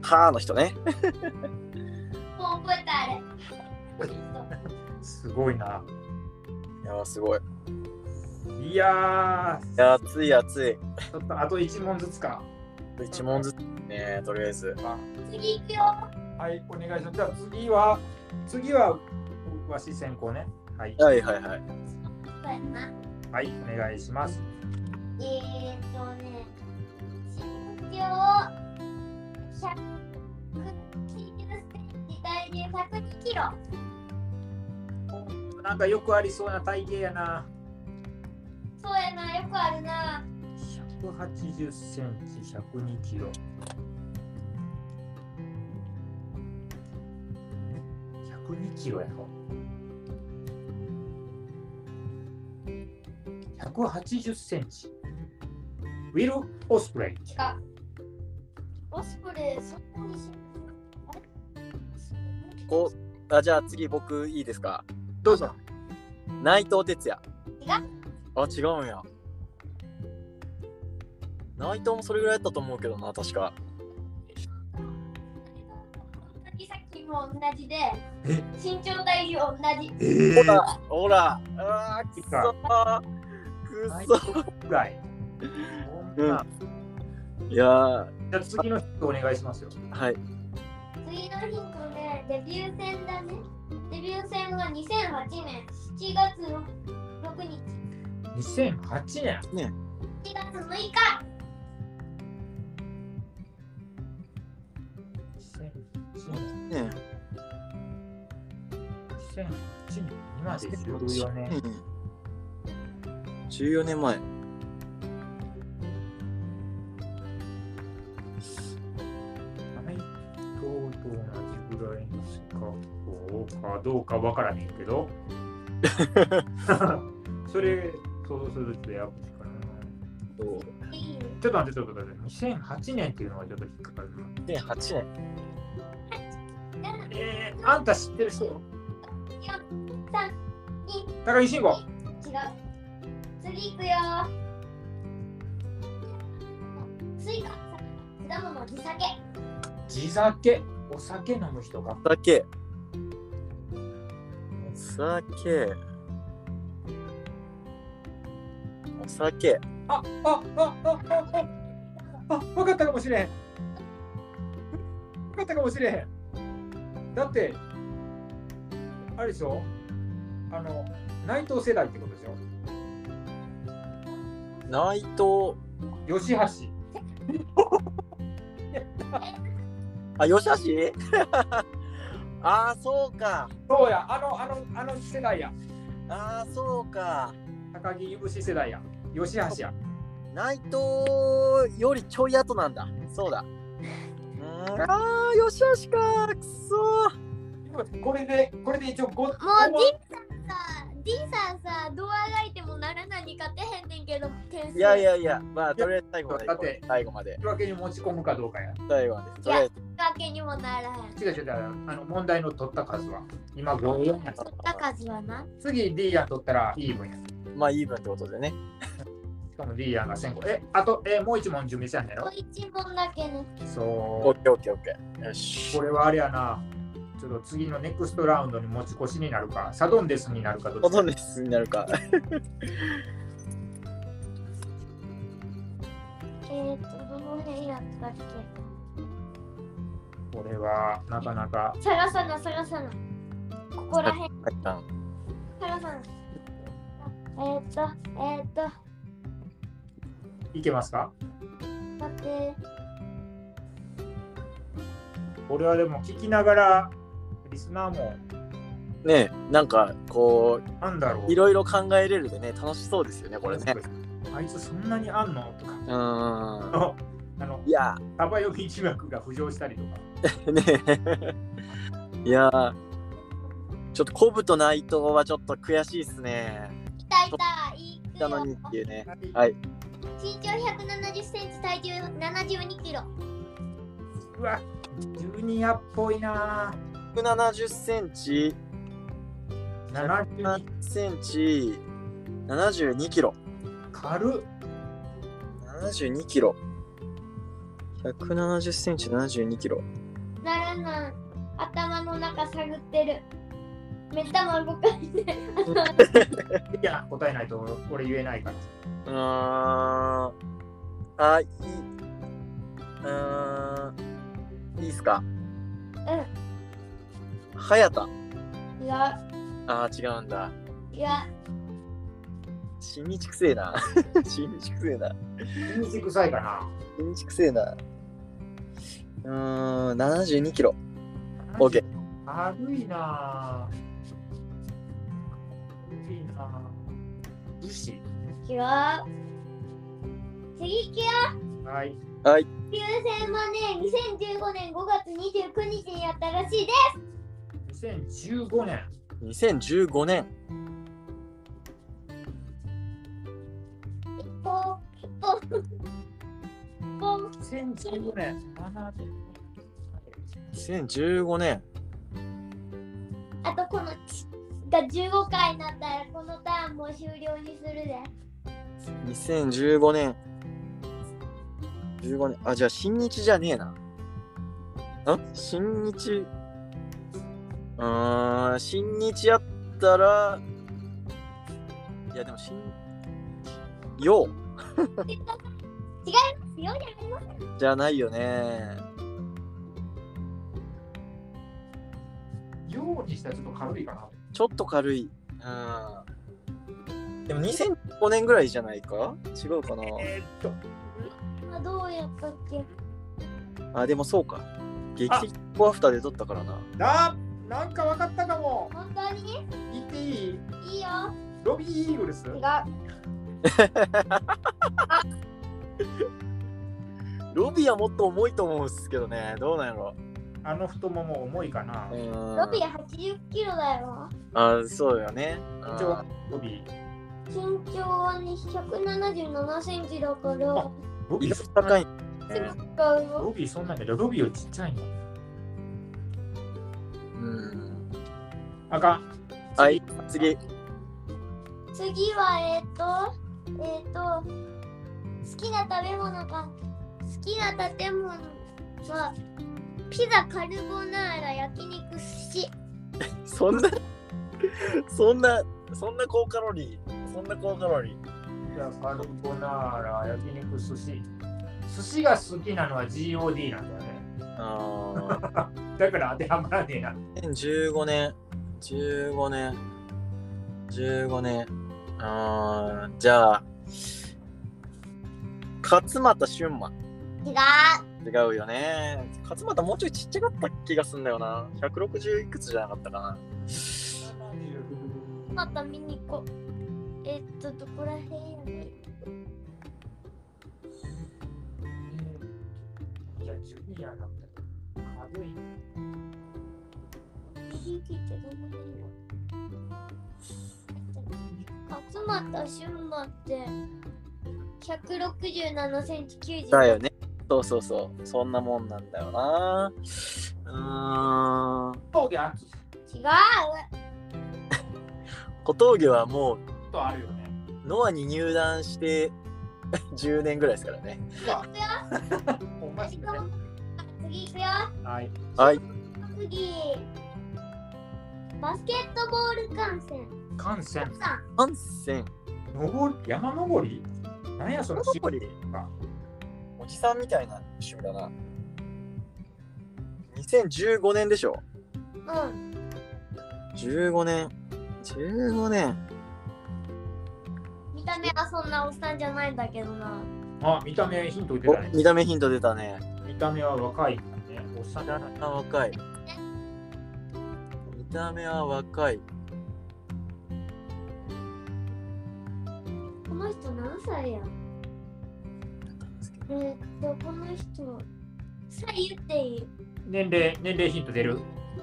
Speaker 3: ーの人ね。
Speaker 2: もう覚えたあれ
Speaker 1: すごいな。
Speaker 3: いやー、すごい。
Speaker 1: いや
Speaker 3: いやー、熱い熱い。
Speaker 1: ー、ちょっとあと1問ずつか。
Speaker 3: 一問ずつね、とりあえず。
Speaker 2: 次行くよ
Speaker 1: はい、お願いします。じゃあ次は、次はわし先行ね。はい、
Speaker 3: はいはいはい。
Speaker 2: そうやな
Speaker 1: はい、お願いします。
Speaker 2: えー、っとね、身長190センチ、体重102キロ。
Speaker 1: なんかよくありそうな体型やな。
Speaker 2: そうやな、よくあるな。
Speaker 1: 180センチ、102キロ。102キロやろ。180センチ。ウィル・オスプレイ。
Speaker 2: 違う。オスプレイ、そんなにしあれ
Speaker 3: お、あ、じゃあ次僕いいですか。
Speaker 1: どうぞ。
Speaker 3: 内藤哲也。
Speaker 2: 違う
Speaker 3: あ、違うんや。内藤もそれぐらいだったと思うけどな、確か。
Speaker 2: 本当にさっき体も同じで
Speaker 1: え
Speaker 2: 身長体も同じ
Speaker 1: え
Speaker 3: ほ
Speaker 1: ー、
Speaker 3: ら、ほら、あー、くそー、く
Speaker 1: ぐらい。
Speaker 3: うん
Speaker 1: まあ
Speaker 3: そー。いやー、
Speaker 1: じゃあ次の人お願いしますよ。
Speaker 3: はい。
Speaker 2: 次のヒントでデビュー戦だねデビュー戦が2008年7月6日
Speaker 1: 2008年。
Speaker 2: 7月6日
Speaker 1: 2008年。今
Speaker 3: ね
Speaker 1: で14年。
Speaker 3: うん14年前。
Speaker 1: 内藤と同じぐらいの資格かどうかわからねえけど。それ想像するとやばいかな。ちょっと待って、ちょっと待って。2008年っていうのがちょっと引っかかるな。
Speaker 3: 2008年。
Speaker 1: えー、あんた知ってる人
Speaker 2: 3
Speaker 1: 高木慎吾。
Speaker 2: 違う次行くよスイカ果物地酒
Speaker 1: 地酒。お酒飲む人か。
Speaker 3: 酒。お酒。お酒。
Speaker 1: あ、あ、あ、あ、あ、あ、あ、分かったかもしれん。分かったかもしれへん。だって、あれでしょあの、内藤世代ってことでし
Speaker 3: 内藤。
Speaker 1: ょ吉橋。
Speaker 3: あ、よしあし [laughs] あー、そうか。
Speaker 1: そうや、あの、あの、あの世代や。
Speaker 3: あー、そうか。
Speaker 1: 高木いぶし世代や。吉橋や。
Speaker 3: 内藤よりちょい後なんだ。そうだ。うーん [laughs] ああ、よしよしか。くそー。
Speaker 1: これで、これで一応5、もう
Speaker 2: もうさあ D さんさドアがいてもならないに勝てへんねんけど点数
Speaker 3: いやいやいや、まあ、とりあえず最後まで
Speaker 1: だって。
Speaker 3: 最後まで。
Speaker 1: 言い訳に持ち込むかどうかや。
Speaker 3: 最後まで。とりあえず。
Speaker 2: わけにもならへん
Speaker 1: 違う違う違う、あの問題の取った数は。今5、4や
Speaker 2: 取った数はな
Speaker 1: 次 D や取ったらイーブンや。
Speaker 3: まあ、イーブンってことでね。
Speaker 1: しかも D やが1000個。え、あと、え、もう一問準備したんだ
Speaker 2: も
Speaker 1: よ
Speaker 2: う。一問だけね
Speaker 1: そ
Speaker 3: オ
Speaker 1: う
Speaker 3: ッ。ケーオッケーオッケー。よし
Speaker 1: こ。れはあれやな。ちょっと次のネクストラウンドに持ち越しになるか、サドンデスになるかどっ
Speaker 3: ほ
Speaker 1: ち
Speaker 3: と
Speaker 1: か
Speaker 3: ん。どですになるか。
Speaker 2: えー、っとどの辺やったっけ
Speaker 1: これはなかなか。
Speaker 2: 探さな探さなここら辺
Speaker 3: はいあん
Speaker 2: 探さなえー、っとえー、っと
Speaker 1: いけますか
Speaker 2: 待って
Speaker 1: これはでも聞きながら、リスナーも、
Speaker 3: ねえ、なんか、こ
Speaker 1: なんだろう。
Speaker 3: う、いろいろ考えれるでね、楽しそうですよね、これね。
Speaker 1: あいつそんなにあんのとか。 [laughs]
Speaker 3: うーん。
Speaker 1: あの、
Speaker 3: いや
Speaker 1: サバ読み字幕が浮上したりとか。
Speaker 3: ー、ね [laughs] え。いやー、ちょっと、コブと内藤はちょっと悔しいっすね。
Speaker 2: いたいたいく
Speaker 3: たの
Speaker 2: よ
Speaker 3: にっていうね。
Speaker 2: 身長170センチ体重72キロ
Speaker 1: うわ、ジュニアっぽいなぁ。
Speaker 3: 170センチ、
Speaker 1: 72
Speaker 3: 7センチ、72キロ。
Speaker 1: 軽っ。
Speaker 3: 72キロ。170センチ、72キロ。
Speaker 2: ならない頭の中探ってる目玉動かしてる
Speaker 1: いや、答えないと俺言えないから。
Speaker 3: うーん。あ、いい。うーん。いいっすか
Speaker 2: う
Speaker 3: 早田。
Speaker 2: んいや
Speaker 3: あー、違うんだ。
Speaker 2: いや
Speaker 3: 新日くせえ [laughs] な。新日くせえな。
Speaker 1: 禁止臭いかな。
Speaker 3: 新日くせえな。うーん、72キロ。オッケー。
Speaker 1: 軽いなぁ。軽いなぁ。武士。
Speaker 2: 違う次行くよ
Speaker 1: はい。
Speaker 3: はい。
Speaker 2: 流星はね2015年5月29日にやったらしいで
Speaker 1: 2015年。
Speaker 3: 2015年。
Speaker 2: すポンポンポン
Speaker 1: 2015年。
Speaker 3: 2015年。
Speaker 2: あとこのチが15回になったらこのターンもう終了にするで
Speaker 3: 2015年。15年。あ、じゃあ、新日じゃねえな。ん新日うーん、新日やったら、いやでも新、よう
Speaker 4: 強いじゃないま
Speaker 3: じゃないよね。
Speaker 1: 用にしたらちょっと軽いかな。
Speaker 3: ちょっと軽い。うん。でも2005年ぐらいじゃないか違うかな
Speaker 1: えーっと、
Speaker 2: あどうやったっけ
Speaker 3: あ、でもそうか。劇的コアフターで撮ったからな。
Speaker 1: な、なんかわかったかも。
Speaker 2: 本当に
Speaker 1: 言っていい
Speaker 2: いいよ
Speaker 1: ロビー・イーグルス
Speaker 2: 違う
Speaker 3: ロビーはもっと重いと思うんですけどね。どうなんやろ。
Speaker 1: あの太もも重いかな
Speaker 3: う。ん。
Speaker 2: ロビー80キロだよ
Speaker 3: あ、そうだよね。
Speaker 1: 身長はロビー。
Speaker 2: 身長はね177センチだから
Speaker 1: あロ
Speaker 3: うん。
Speaker 1: ビ
Speaker 3: 意
Speaker 1: ー
Speaker 3: 外
Speaker 1: そ
Speaker 3: と
Speaker 1: んな
Speaker 3: 高
Speaker 1: に、
Speaker 3: い、ね。
Speaker 2: 使うよ
Speaker 1: ロビーそんなんだけど、ロビーよりちっちゃいの。
Speaker 3: うん。
Speaker 1: あかん。
Speaker 3: はい、次。
Speaker 2: 次はえっ、とえっ、と好きな食べ物か好きな建物はピザカルボナーラ焼肉寿司
Speaker 3: そんな、 [laughs] そんな、そんな高カロリー。そんな高カロリー。
Speaker 1: じゃあカルボナーラ、焼肉、寿司。寿司が好きなのは GOD なんだよね。
Speaker 3: ああ。
Speaker 1: だから当てはまらねえな。
Speaker 3: 2015年、15年、15年。あーじゃあ、勝俣俊馬。
Speaker 2: 違う
Speaker 3: 違うよね。勝俣もうちょいちっちゃかった気がすんだよな。160いくつじゃなかったかな。
Speaker 2: また見に行こうえっ、とどこら辺やね
Speaker 1: じゃあ、ジュニアなんだけど。軽い。
Speaker 2: PG ってどの辺よ勝俣俊馬って167センチ90
Speaker 3: だよね。そうそうそう。そんなもんなんだよな。うーん。
Speaker 1: 峠あつ
Speaker 2: 違う
Speaker 3: 小峠はも
Speaker 1: とあるよね。
Speaker 3: う、ノアに入団して [laughs] 10年ぐらいですからね。
Speaker 1: ほんまっすね。
Speaker 2: 次行くよ
Speaker 1: はい。
Speaker 3: はい。
Speaker 2: 次バスケットボール観戦
Speaker 1: 感染。
Speaker 3: ハンセン。
Speaker 1: 登り山登りなんやその
Speaker 3: 小
Speaker 1: 仕事
Speaker 3: 堀おじさんみたいな趣味だな。2015年でしょ
Speaker 2: うん
Speaker 3: ?15 年。15年。
Speaker 2: 見た目はそんなおっさんじゃないんだけどな
Speaker 1: あ、見た目ヒント出
Speaker 3: お
Speaker 1: たね。
Speaker 3: 見た目ヒント出たね。
Speaker 1: 見た目は若いんだね。おっさんだな。
Speaker 3: あ若い。見た目は若 [laughs] い。
Speaker 2: この人何歳やえーっとこの人さ言っていい
Speaker 1: 年齢、年齢ヒント出る。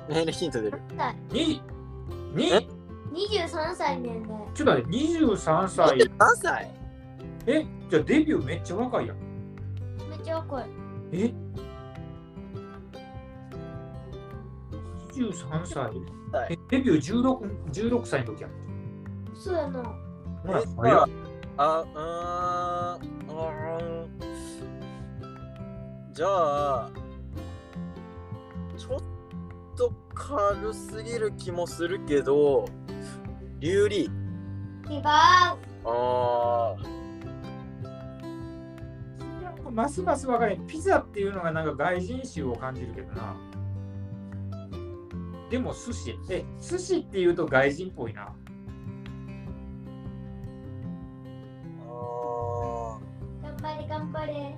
Speaker 3: 年齢ヒント出る。
Speaker 2: 何歳
Speaker 1: に、に、
Speaker 3: え
Speaker 2: 23歳年齢
Speaker 1: ちょっと待って、23歳。
Speaker 3: 何歳
Speaker 1: え、じゃあデビューめっちゃ若いやん。
Speaker 2: めっちゃ若い
Speaker 1: え ?23 歳。
Speaker 3: はい
Speaker 1: えデビュー 16, 16歳の時やん。
Speaker 2: そうやな
Speaker 1: ほら
Speaker 3: え、
Speaker 1: 早い
Speaker 3: あ、うーん。うーん。じゃあ、ちょっと軽すぎる気もするけど、リュウリー。
Speaker 2: 違う
Speaker 3: ああ、
Speaker 1: ますます若い。ピザっていうのがなんか外人臭を感じるけどな。でも寿司。え、寿司っていうと外人っぽいな。
Speaker 3: あ
Speaker 2: 頑張れ頑張れ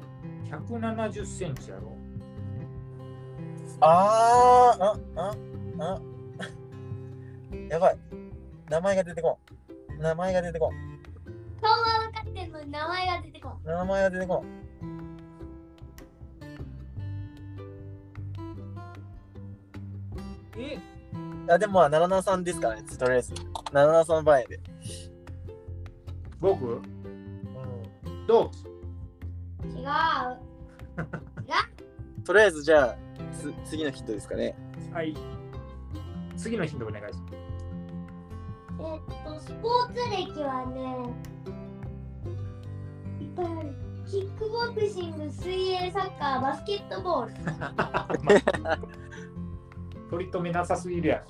Speaker 1: 170センチやろ。
Speaker 3: ーあー、あ、あ、あ。 [laughs] やばい。名前が出てこん。名前が出てこん。
Speaker 2: 顔は分かってんのに名前が出てこん
Speaker 3: 名前が出てこん。
Speaker 1: え、
Speaker 3: あ、でもまあ、奈良さんですからね、とりあえず。奈良さんの場合で。
Speaker 1: 僕
Speaker 3: う
Speaker 1: 同
Speaker 2: 違う
Speaker 3: ん。とりあえず、じゃあ、つ次のヒントですかね。
Speaker 1: 期。はい。次のヒントお願いします。
Speaker 2: えーっとスポーツ歴はねいっぱいあるキックボクシング水泳サッカーバスケットボール
Speaker 1: 取り留めなさすぎるやろ。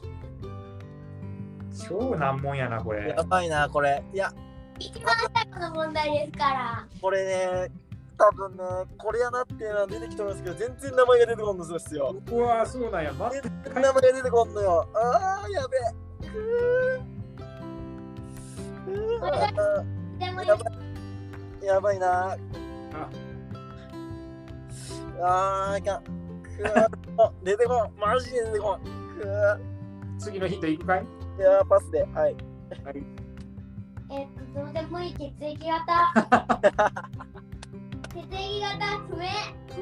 Speaker 1: 超難問やなこれ
Speaker 3: やばいなこれいや
Speaker 2: 一番最後の問題ですから。
Speaker 3: これね多分ねこれやなっていうのは出てきてますけど全然名前が出てこんのですよ
Speaker 1: うわそうなんやま
Speaker 3: 全然名前が出てこんのよあーやべえくーうー
Speaker 2: でも
Speaker 3: やばいやばいな
Speaker 1: あ
Speaker 3: あーいかんくーあ出てこんマジで出てこんくー
Speaker 1: 次のヒントいくかい
Speaker 3: いやーパスではい
Speaker 2: えっと、どうでもいい血液型。血液型不明。
Speaker 1: 不明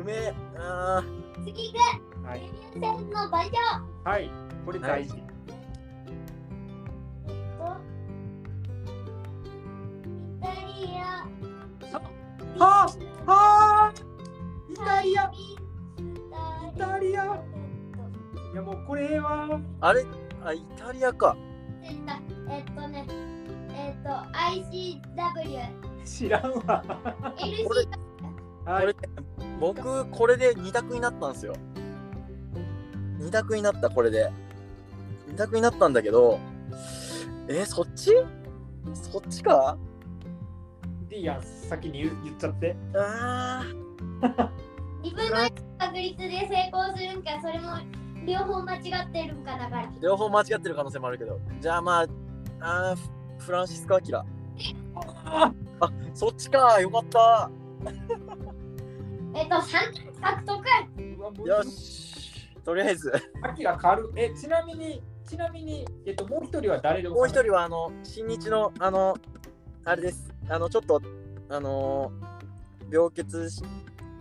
Speaker 3: うめえあ
Speaker 2: 次が
Speaker 1: は
Speaker 2: デ
Speaker 1: い、
Speaker 2: ビュー戦の場所。
Speaker 1: はい、これ大事
Speaker 2: とイタリア。
Speaker 1: はあはあイ
Speaker 2: イ
Speaker 1: タリア
Speaker 2: イ
Speaker 1: イ
Speaker 2: タリア。
Speaker 1: タリアいやもうこれは
Speaker 3: ーあれあイタリアか
Speaker 2: えっとね、えっと、ICW。
Speaker 1: 知らんわ
Speaker 3: [laughs]
Speaker 2: LC
Speaker 3: これ
Speaker 1: は
Speaker 3: こ
Speaker 1: い
Speaker 3: れ僕これで2択になったんですよ2択になったこれで2択になったんだけどえーそっちそっちか
Speaker 1: ディアン先に言う言っちゃって
Speaker 3: あ
Speaker 2: 2分の1確率で成功するんか、それも両方間違ってるんかだから。
Speaker 3: ー両方間違ってる可能性もあるけどじゃあまああーフフランシスコ・アキラ
Speaker 1: あ
Speaker 3: あそっちかよかった
Speaker 2: えっと、3獲得
Speaker 3: よしとりあえず
Speaker 1: アキラ軽えちなみにちなみにえっともう一人は誰でも
Speaker 3: もう一人はあの新日のあのあれですあのちょっとあのー病欠し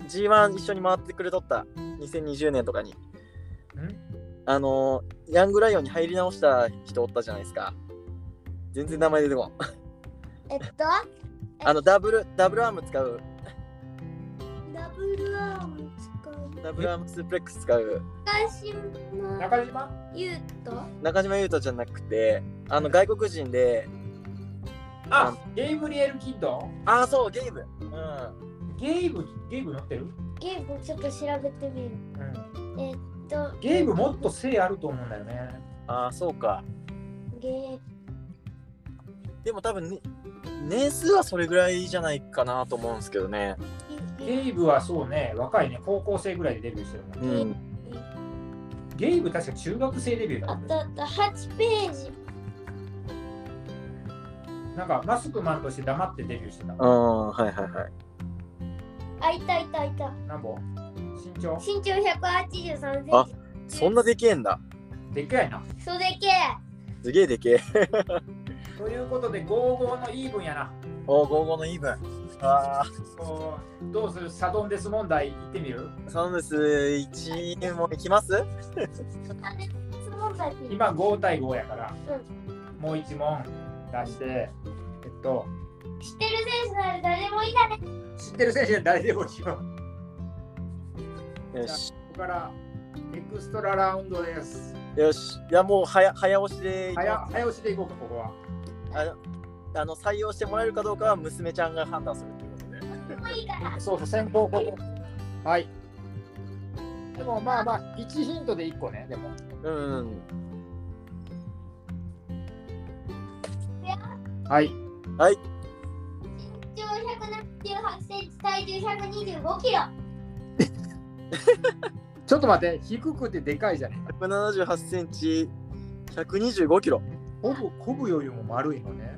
Speaker 3: G1 一緒に回ってくれとった2020年とかにあのーヤングライオンに入り直した人おったじゃないですか全然名前出てこん
Speaker 2: えっと、
Speaker 3: あのダブルダブルアーム使う
Speaker 2: ダブルアーム使う。
Speaker 3: ダブルアームスープレックス使う
Speaker 2: 昔の
Speaker 1: 中島
Speaker 2: ユウと
Speaker 3: 中島裕翔じゃなくてあの外国人で
Speaker 1: あゲイブリエル・キッド
Speaker 3: ああそうゲームうん
Speaker 1: ゲイブゲイブ乗ってる、
Speaker 2: ゲームちょっと調べてみる
Speaker 1: うん、
Speaker 2: と、
Speaker 1: ゲイブもっと性あると思うんだよね
Speaker 3: ああそうか
Speaker 2: ゲー
Speaker 3: でも多分ね年数はそれぐらいじゃないかなと思うんですけどね
Speaker 1: ゲイブはそうね若いね高校生ぐらいでデビューしてるもんね
Speaker 3: うん
Speaker 1: ゲイブ確か中学生デビューだ
Speaker 2: あ
Speaker 1: もん
Speaker 2: っ
Speaker 1: ね
Speaker 2: たあった、8ページ。
Speaker 1: なんかマスクマンとして黙ってデビューしてた
Speaker 3: ああ、はいはいはい。
Speaker 2: あ、いたいたいた。
Speaker 1: なんぼ身長
Speaker 2: 身長183センチ。
Speaker 3: あそんなでけえんだ。
Speaker 1: でっかいな
Speaker 2: それけ。
Speaker 3: すげえでけえ。
Speaker 1: ということで55のイーブンやな
Speaker 3: おお、55のイーブン。ああ、
Speaker 1: こうどうするサドンデス問題行ってみる
Speaker 3: サムス1もいきます
Speaker 2: あれ、質問だけ。
Speaker 1: 今5対5やから、
Speaker 2: う
Speaker 1: もう1問出してえっと
Speaker 2: 知ってる選手なら誰もいない。
Speaker 1: 知ってる選手は誰でもいいよ
Speaker 3: よし。
Speaker 1: ここからエクストララウンドです
Speaker 3: よし。いや、もう早早押しでいきます
Speaker 1: 早早押しでいこうかここは
Speaker 3: あのあの採用してもらえるかどうかは娘ちゃんが判断するっていうことで。
Speaker 2: もういいから。
Speaker 1: そうそう先方後攻はいでもまあまあ1ヒントで1個ねでも
Speaker 3: うん。
Speaker 1: はい
Speaker 2: 身長178センチ、体重125キロ。
Speaker 1: ちょっと待って低くてでかいじゃね
Speaker 3: 178センチ、125キロ。
Speaker 1: ほぶこぶよりも丸いのね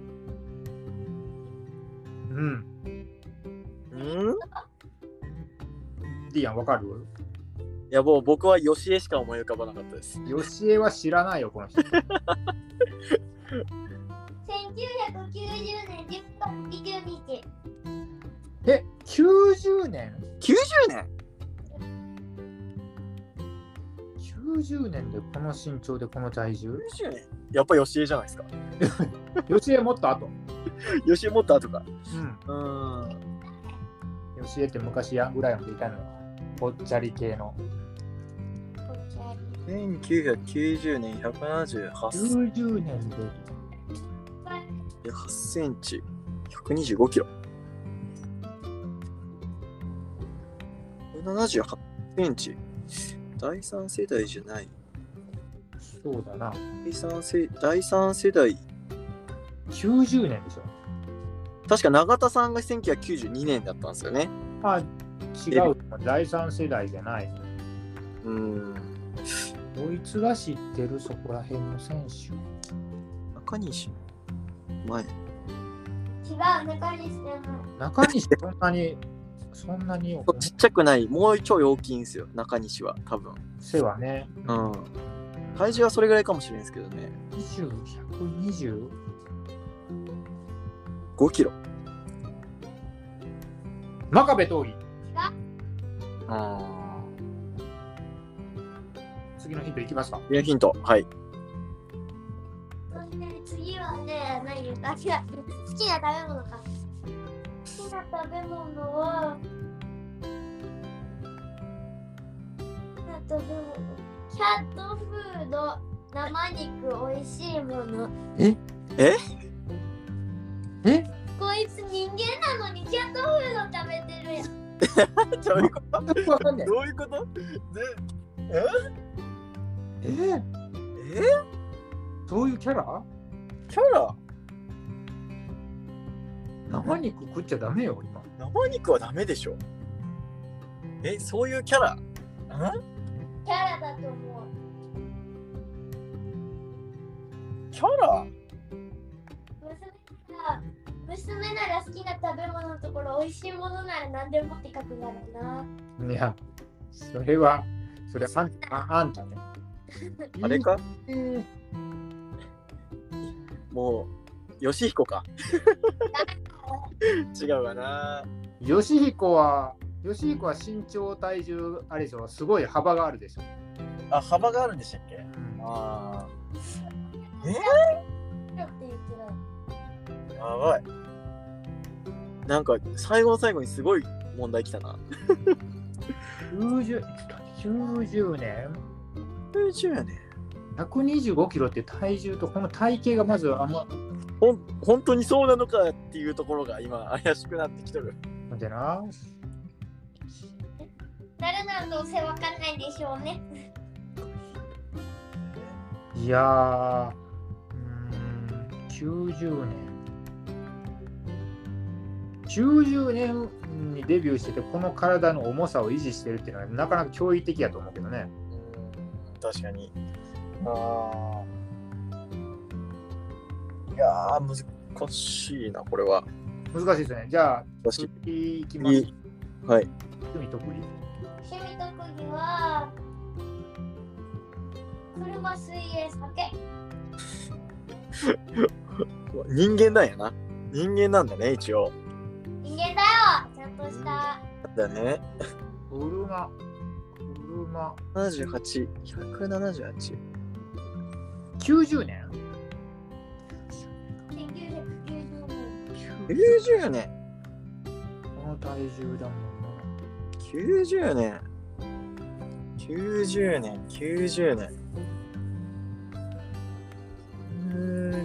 Speaker 1: うん
Speaker 3: うん
Speaker 1: ディアンわかる
Speaker 3: いや、もう僕は吉江しか思い浮かばなかったです。
Speaker 1: よしえは知らないよこの人
Speaker 2: 1990年10月22日。
Speaker 1: え90年
Speaker 3: 90年
Speaker 1: 90年でこの身長でこの体重
Speaker 3: ?90 年やっぱ吉江じゃないですか。
Speaker 1: よしえもっと後
Speaker 3: 吉江もっと後か。
Speaker 1: うん
Speaker 3: うん。
Speaker 1: よしえって昔ヤングライオンでいたのよぽっちゃり系の
Speaker 3: 1990年178
Speaker 1: 90年で
Speaker 3: センチ125キロ78センチ第三世代じゃない
Speaker 1: そうだな
Speaker 3: 第三世第三世代
Speaker 1: 90年でしょ
Speaker 3: 確か永田さんが1992年だったんですよね
Speaker 1: あ違う第三世代じゃない
Speaker 3: うん
Speaker 1: ドイツが知ってるそこら辺の選手
Speaker 3: 中西前
Speaker 2: 違う、中西でも。
Speaker 1: 中西そんなにそんなに
Speaker 3: ちっちゃくないもうちょい大きいんですよ中西は多分
Speaker 1: 背はね
Speaker 3: うん体重はそれぐらいかもしれないですけどね
Speaker 1: 20120
Speaker 3: 5キロ
Speaker 1: 真壁闘技
Speaker 3: あ
Speaker 1: 次のヒントいきますか
Speaker 3: あヒント [laughs] はい
Speaker 2: そして次はね、何言うか、違う。好きな食べ物か。好きな食べ物は、好きな食べ物。キャットフード、生肉、美味しいもの。
Speaker 3: えええ
Speaker 2: こいつ人間なのにキャットフード食べてるやん。
Speaker 3: どういうこと
Speaker 1: 全くわかんない
Speaker 3: どういうことで
Speaker 1: えー、
Speaker 3: え
Speaker 1: そういうキャラ
Speaker 3: キャラ
Speaker 1: 生肉食っちゃダメよ今
Speaker 3: 生肉はダメでしょえそういうキャラん
Speaker 2: キャラだと思う。
Speaker 3: キャラ
Speaker 2: 娘なら娘なら好きな食べ物のところ美味しいものなら何でもって書くだろうな。
Speaker 1: いやそれはそれはあんああんたね
Speaker 3: あれか
Speaker 1: えー
Speaker 3: もうヨシヒコか違うわな
Speaker 1: 吉彦は吉彦は身長体重あれでしょすごい幅があるでしょ、
Speaker 3: あ幅があるんでしたっけ
Speaker 1: うん
Speaker 3: あ
Speaker 2: って言ってる。
Speaker 3: あやばいなんか最後の最後にすごい問題きたな
Speaker 1: 90, 90年
Speaker 3: 90やね
Speaker 1: 125キロって体重とこの体型がまずあんま
Speaker 3: ほん本当にそうなのかっていうところが今怪しくなってきてる
Speaker 1: なんてな
Speaker 2: 誰ならどうせわかんないでしょうね。
Speaker 1: いやーうーん90年90年にデビューしててこの体の重さを維持してるっていうのはなかなか驚異的やと思うけどね
Speaker 3: うん確かに。ああ。いやー、難しいな、これは。
Speaker 1: 難しいですねじゃあ
Speaker 3: 難しい。
Speaker 1: 次いきます
Speaker 3: いいはい。
Speaker 1: 趣味得意
Speaker 2: 趣味特技は車水泳酒。
Speaker 3: 人間なんやな。人間なんだね、一応。
Speaker 2: 人間だよちゃんとした。
Speaker 3: だね。
Speaker 1: 車車
Speaker 3: 78、178。
Speaker 1: 90年
Speaker 2: 1990年。
Speaker 3: 90年。
Speaker 1: この体重だもん
Speaker 3: 90年。90年、90年。90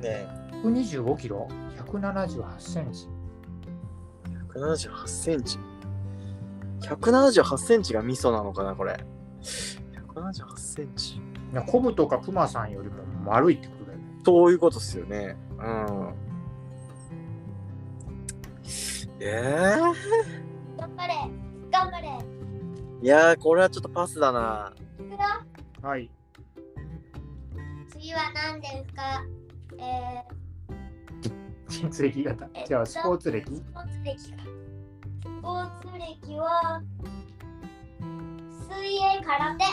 Speaker 3: 年。
Speaker 1: な125キロ178センチ
Speaker 3: 178センチ。178センチがミソなのかな、これ。178センチ。
Speaker 1: いやコブとかクマさんよりも丸いってことだよね
Speaker 3: そういうことっすよね。うん。えー、
Speaker 2: 頑張れ頑張れ
Speaker 3: いやー、これはちょっとパスだな。
Speaker 2: いくよ
Speaker 1: はい
Speaker 2: 次は何ですかえー、
Speaker 1: 人生歴型
Speaker 2: え
Speaker 1: じゃあスポーツ歴
Speaker 2: スポーツ歴か。スポーツ歴は水泳空手。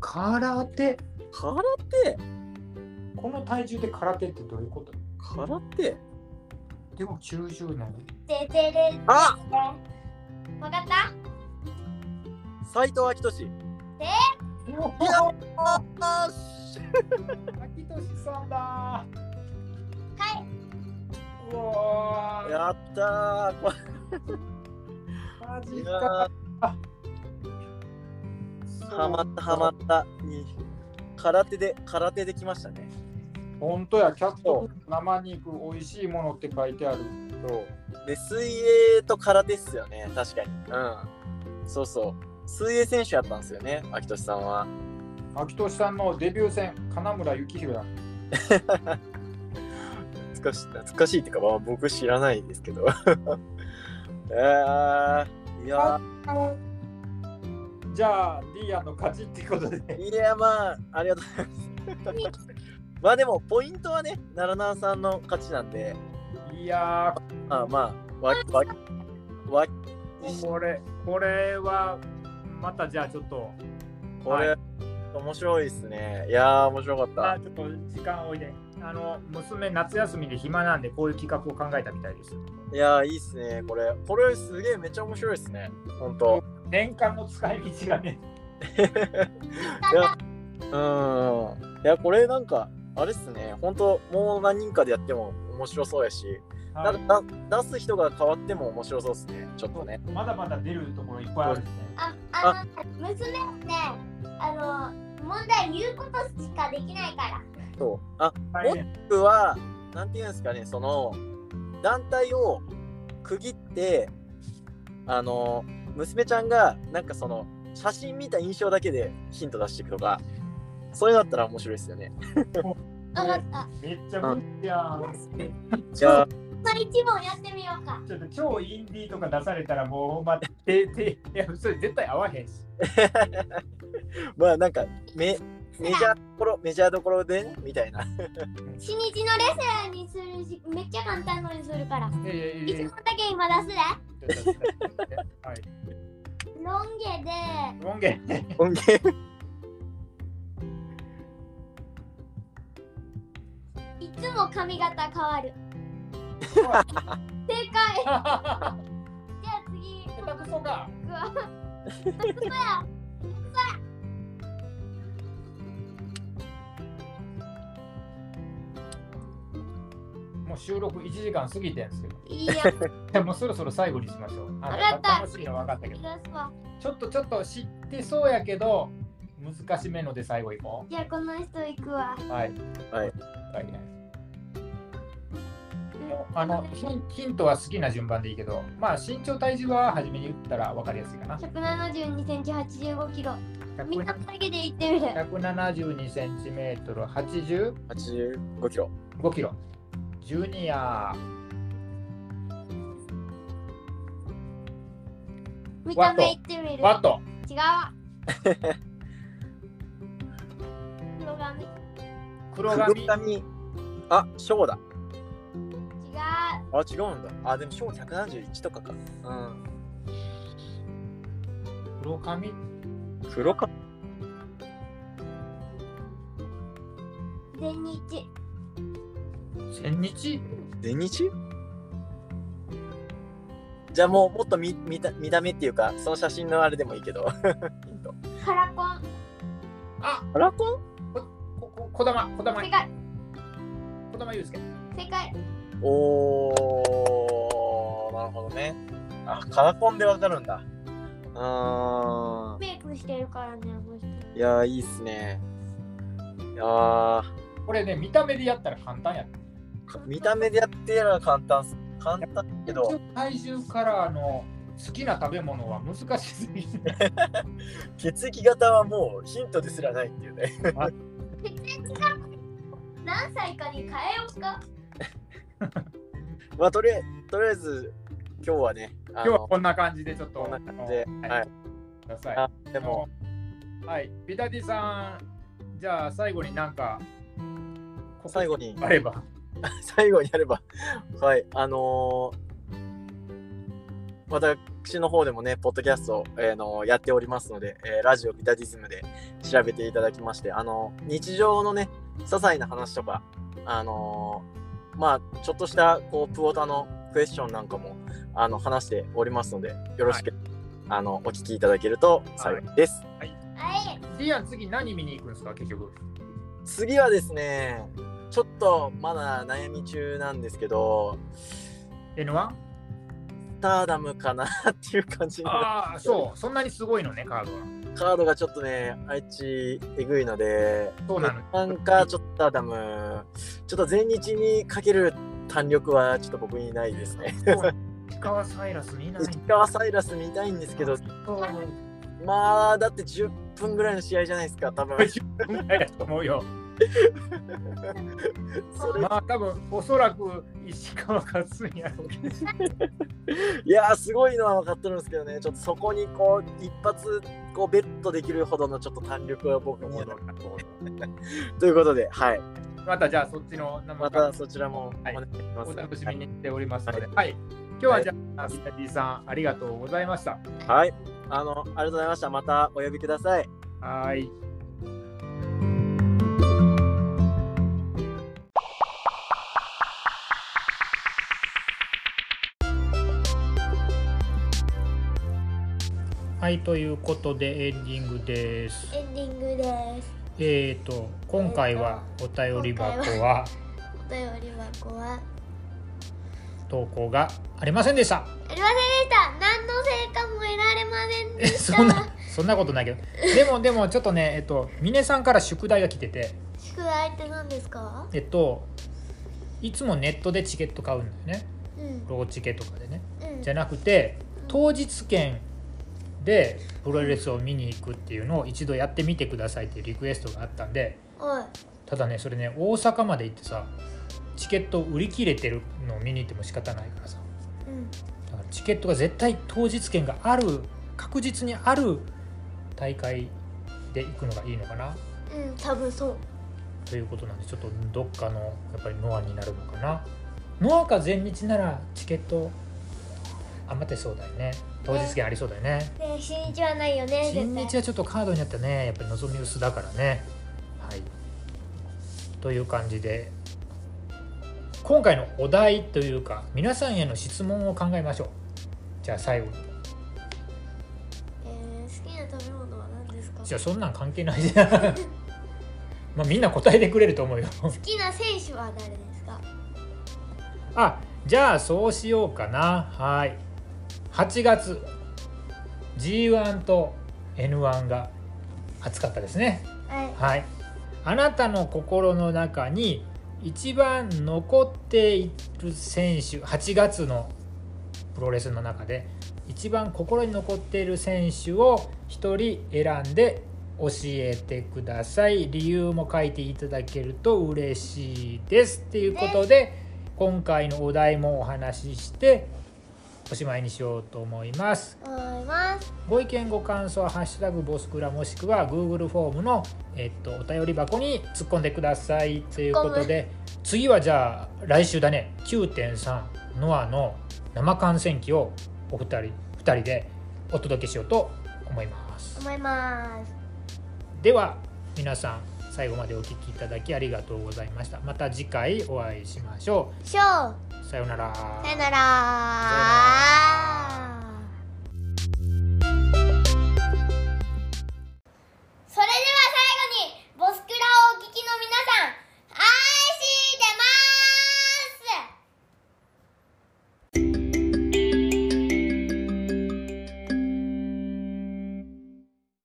Speaker 1: 空手
Speaker 3: 空手
Speaker 1: この体重で空手ってどういうこと
Speaker 3: 空手
Speaker 1: でも90年
Speaker 2: ててれて
Speaker 3: あ
Speaker 2: わかった
Speaker 3: 斎藤明俊。
Speaker 1: もう
Speaker 3: やあし
Speaker 1: 秋俊さんだ
Speaker 2: はいう
Speaker 1: わー
Speaker 3: やったーこ
Speaker 1: マ
Speaker 3: れ
Speaker 1: ジ
Speaker 3: い
Speaker 1: か
Speaker 3: やーはまったはまった。いい空手で、空手できましたね。
Speaker 1: 本当やキャット生肉美味しいものって書いてある
Speaker 3: そうで水泳と空手っすよね確かにうんそうそう水泳選手やったんですよね秋俊さんは
Speaker 1: 牧俊さんのデビュー戦金村幸宏だ
Speaker 3: 懐かしい懐かしいっていうか、まあ、僕知らないですけど [laughs] えー、いや
Speaker 1: じゃあディアンの勝ちっていうことで
Speaker 3: いやまあありがとうございます [laughs] まあでもポイントはね奈良奈さんの勝ちなんで
Speaker 1: いや
Speaker 3: まあまあわわわ
Speaker 1: ーこれこれはまたじゃあちょっと
Speaker 3: これ、
Speaker 1: は
Speaker 3: 面白いですねいやー面白かった、
Speaker 1: まあちょっと時間を置いてあの娘夏休みで暇なんでこういう企画を考えたみたいです
Speaker 3: いやーいいっすねこれこれすげえめっちゃ面白いっすねほんと
Speaker 1: 年間の使い道がね
Speaker 3: いやうんいやこれなんかあれっすねほんともう何人かでやっても面白そうやし、
Speaker 1: はい
Speaker 3: なんかだ出す人が変わっても面白そうっすねちょっとね
Speaker 1: まだまだ出るところいっぱいあるんですね
Speaker 2: あ、あの、娘はね、あの、問題言うことしかできないから。
Speaker 3: そうあ
Speaker 1: はいね
Speaker 3: 僕はなんていうんですかねその団体を区切ってあの娘ちゃんがなんかその写真見た印象だけでヒント出していくとかそういうのだったら面白いですよね
Speaker 2: わかった。
Speaker 1: めっちゃ無理やん
Speaker 3: じゃあ
Speaker 2: それ一問やってみようか。
Speaker 1: ちょっと超インディーとか出されたらもうほんま手手いやそれ絶対合わへんし
Speaker 3: まあなんかメメジャーどころメジャーどころでねみたいな
Speaker 2: 新日のレッスンにするし、めっちゃ簡単のにするから。
Speaker 1: いやいやい
Speaker 2: 一
Speaker 1: やいや
Speaker 2: 問だけ今出すで。
Speaker 1: はい
Speaker 2: ロン毛で、
Speaker 1: 音源
Speaker 3: 音源
Speaker 2: いつも髪型変わる。正解。
Speaker 1: 下
Speaker 2: じゃあ次。
Speaker 1: 手くそか
Speaker 2: うわ
Speaker 1: もう収録1時間過ぎてんすけど
Speaker 2: いいや、
Speaker 1: いやもうそろそろ最後にしましょうあの
Speaker 2: わかった
Speaker 1: 楽しいのは分かったけ
Speaker 2: 出
Speaker 1: ど
Speaker 2: すわ。
Speaker 1: ちょっとちょっと知ってそうやけど難しめので最後いこ
Speaker 2: じゃあこの人行くわ。
Speaker 1: うはいは
Speaker 3: はい
Speaker 1: いあのヒンヒントは好きな順番でいいけどまあ身長体重は初めに言ったら分かりやすいかな
Speaker 2: 172センチ85キロ。みんなだけで行ってみる。
Speaker 1: 172センチメートル85
Speaker 3: 85キロ
Speaker 1: キロジュニア
Speaker 2: 見た目行ってみる。
Speaker 1: ワット
Speaker 2: 違うわ。黒髪。違う。
Speaker 1: 黒髪
Speaker 3: 髪あショーだあ違うんだあでもショー171とかかうん
Speaker 1: 黒髪
Speaker 3: 黒か
Speaker 2: 全日。
Speaker 1: 千日
Speaker 3: 全日じゃあもうもっと見見た見た目っていうかその写真のあれでもいいけどヒント
Speaker 2: カラコン。
Speaker 1: あ
Speaker 3: [laughs] カラコン
Speaker 1: こここだまこだま
Speaker 2: 正解。
Speaker 1: こだまゆうすけ
Speaker 2: 正解。
Speaker 3: おーなるほどねあカラコンでわかるんだあ
Speaker 2: メイクしてるからね、この人。
Speaker 3: ーいやーいいっすねいやー
Speaker 1: これね見た目でやったら簡単やった
Speaker 3: か見た目でやってやら簡単っす簡単けど
Speaker 1: 体重からあの好きな食べ物は難しすぎる
Speaker 3: 血液型はもうヒントですらないっていうね [laughs]
Speaker 2: 何歳かに変えようか。
Speaker 3: まあとりあえずとりあえず今日はね今
Speaker 1: 今日はこんな感じでちょっと
Speaker 3: こんな感じで
Speaker 1: はい、
Speaker 3: はい
Speaker 1: ください
Speaker 3: あでも
Speaker 1: はいビタディさんじゃあ最後になんかここ
Speaker 3: 最後に
Speaker 1: あれば
Speaker 3: [laughs] 最後にやればはいあのー私の方でもね、ポッドキャストを、えーのやっておりますので、えーラジオビタディズムで調べていただきまして、あの日常のね、些細な話とか、あのーまあ、ちょっとしたこうプオタのクエスチョンなんかもあの話しておりますので、よろしく、あのお聞きいただけると幸いです。
Speaker 2: はい。
Speaker 1: ディアン次何見に行くんですか結局
Speaker 3: 次はですね、ちょっとまだ悩み中なんですけど、
Speaker 1: N1?
Speaker 3: スターダムかなっていう感じの
Speaker 1: ああそうそんなにすごいのねカードは
Speaker 3: カードがちょっとね、あいちえぐいので、
Speaker 1: そうなの
Speaker 3: なんかちょっとスターダム、ちょっと全日にかける弾力はちょっと僕にないですね。
Speaker 1: 石川サイラス見ない
Speaker 3: [laughs] 石川サイラス見たいんですけど、
Speaker 1: そう
Speaker 3: まあだって10分ぐらいの試合じゃないですか多分
Speaker 1: ぐらいだと思うよ。
Speaker 3: それ
Speaker 1: まあ多分おそらく石川勝つんやろうけど。
Speaker 3: いやーすごいのは分かってるんですけどねちょっとそこにこう一発こうベットできるほどのちょっと弾力は僕もということではい
Speaker 1: またじゃあそっちの生
Speaker 3: またそちらもお
Speaker 1: はい
Speaker 3: 願いします、
Speaker 1: お楽しみに
Speaker 3: は
Speaker 1: しておりますので、はい。今日はじゃあ、ミタディさんありがとうございました。
Speaker 3: い、はいあのありがとうございましたまたお呼びください
Speaker 1: はい。はい、ということでエンディングです。
Speaker 2: エンディングです。
Speaker 1: えーと、今回はお便り箱は
Speaker 2: お便り箱は
Speaker 1: 投稿がありませんでした。
Speaker 2: ありませんでした。何の成果も得られませんで
Speaker 1: え
Speaker 2: し
Speaker 1: [laughs]
Speaker 2: た。
Speaker 1: そんな、そんなことないけど。でも、でも、ちょっとね、えっと、峰さんから宿題が来てて、
Speaker 2: 宿題って何ですか？
Speaker 1: えっと、いつもネットでチケット買うんだよね。
Speaker 2: うんうん
Speaker 1: ローチケとかでね。
Speaker 2: うん
Speaker 1: じゃなくて、当日券でプロレスを見に行くっていうのを一度やってみてくださいっていうリクエストがあったんで、
Speaker 2: おい
Speaker 1: ただね、それね、大阪まで行ってさ、チケット売り切れてるのを見に行っても仕方ないからさ。
Speaker 2: うん
Speaker 1: だからチケットが絶対当日券がある確実にある大会で行くのがいいのかな
Speaker 2: うん多分そう。
Speaker 1: ということなんでちょっとどっかのやっぱりノアになるのかなノアか前日ならチケット余ってそうだよね当日券ありそうだよね
Speaker 2: ねえ新日はないよね
Speaker 1: 新
Speaker 2: 絶対
Speaker 1: 日。はちょっとカードになったねやっぱり望み薄だからねはいという感じで今回のお題というか皆さんへの質問を考えましょうじゃあ最後に
Speaker 2: えー、好きな食べ物は何ですか？
Speaker 1: じ
Speaker 2: 好
Speaker 1: ゃあそんなん関係ないじゃん [laughs] まあみんな答えてくれると思うよ
Speaker 2: きな選手は誰ですか？
Speaker 1: あじゃあそうしようかなはい8月 G1 と N1 が暑かったですね
Speaker 2: はい。
Speaker 1: はいあなたの心の中に一番残っている選手8月のプロレスの中で一番心に残っている選手を1人選んで教えてください理由も書いていただけると嬉しいですっていうことで今回のお題もお話ししておしまいにしようと思います
Speaker 2: 思います。
Speaker 1: ご意見ご感想は「ハッシュタグボスクラ」もしくは Google フォームの、えっと、お便り箱に突っ込んでくださいということで次はじゃあ来週だね9.3ノアの生観戦記をお二人2人でお届けしようと思います
Speaker 2: 思います。
Speaker 1: では皆さん最後までお聴きいただきありがとうございましたまた次回お会いしましょ
Speaker 2: ショー
Speaker 1: うさようなら
Speaker 2: さよなら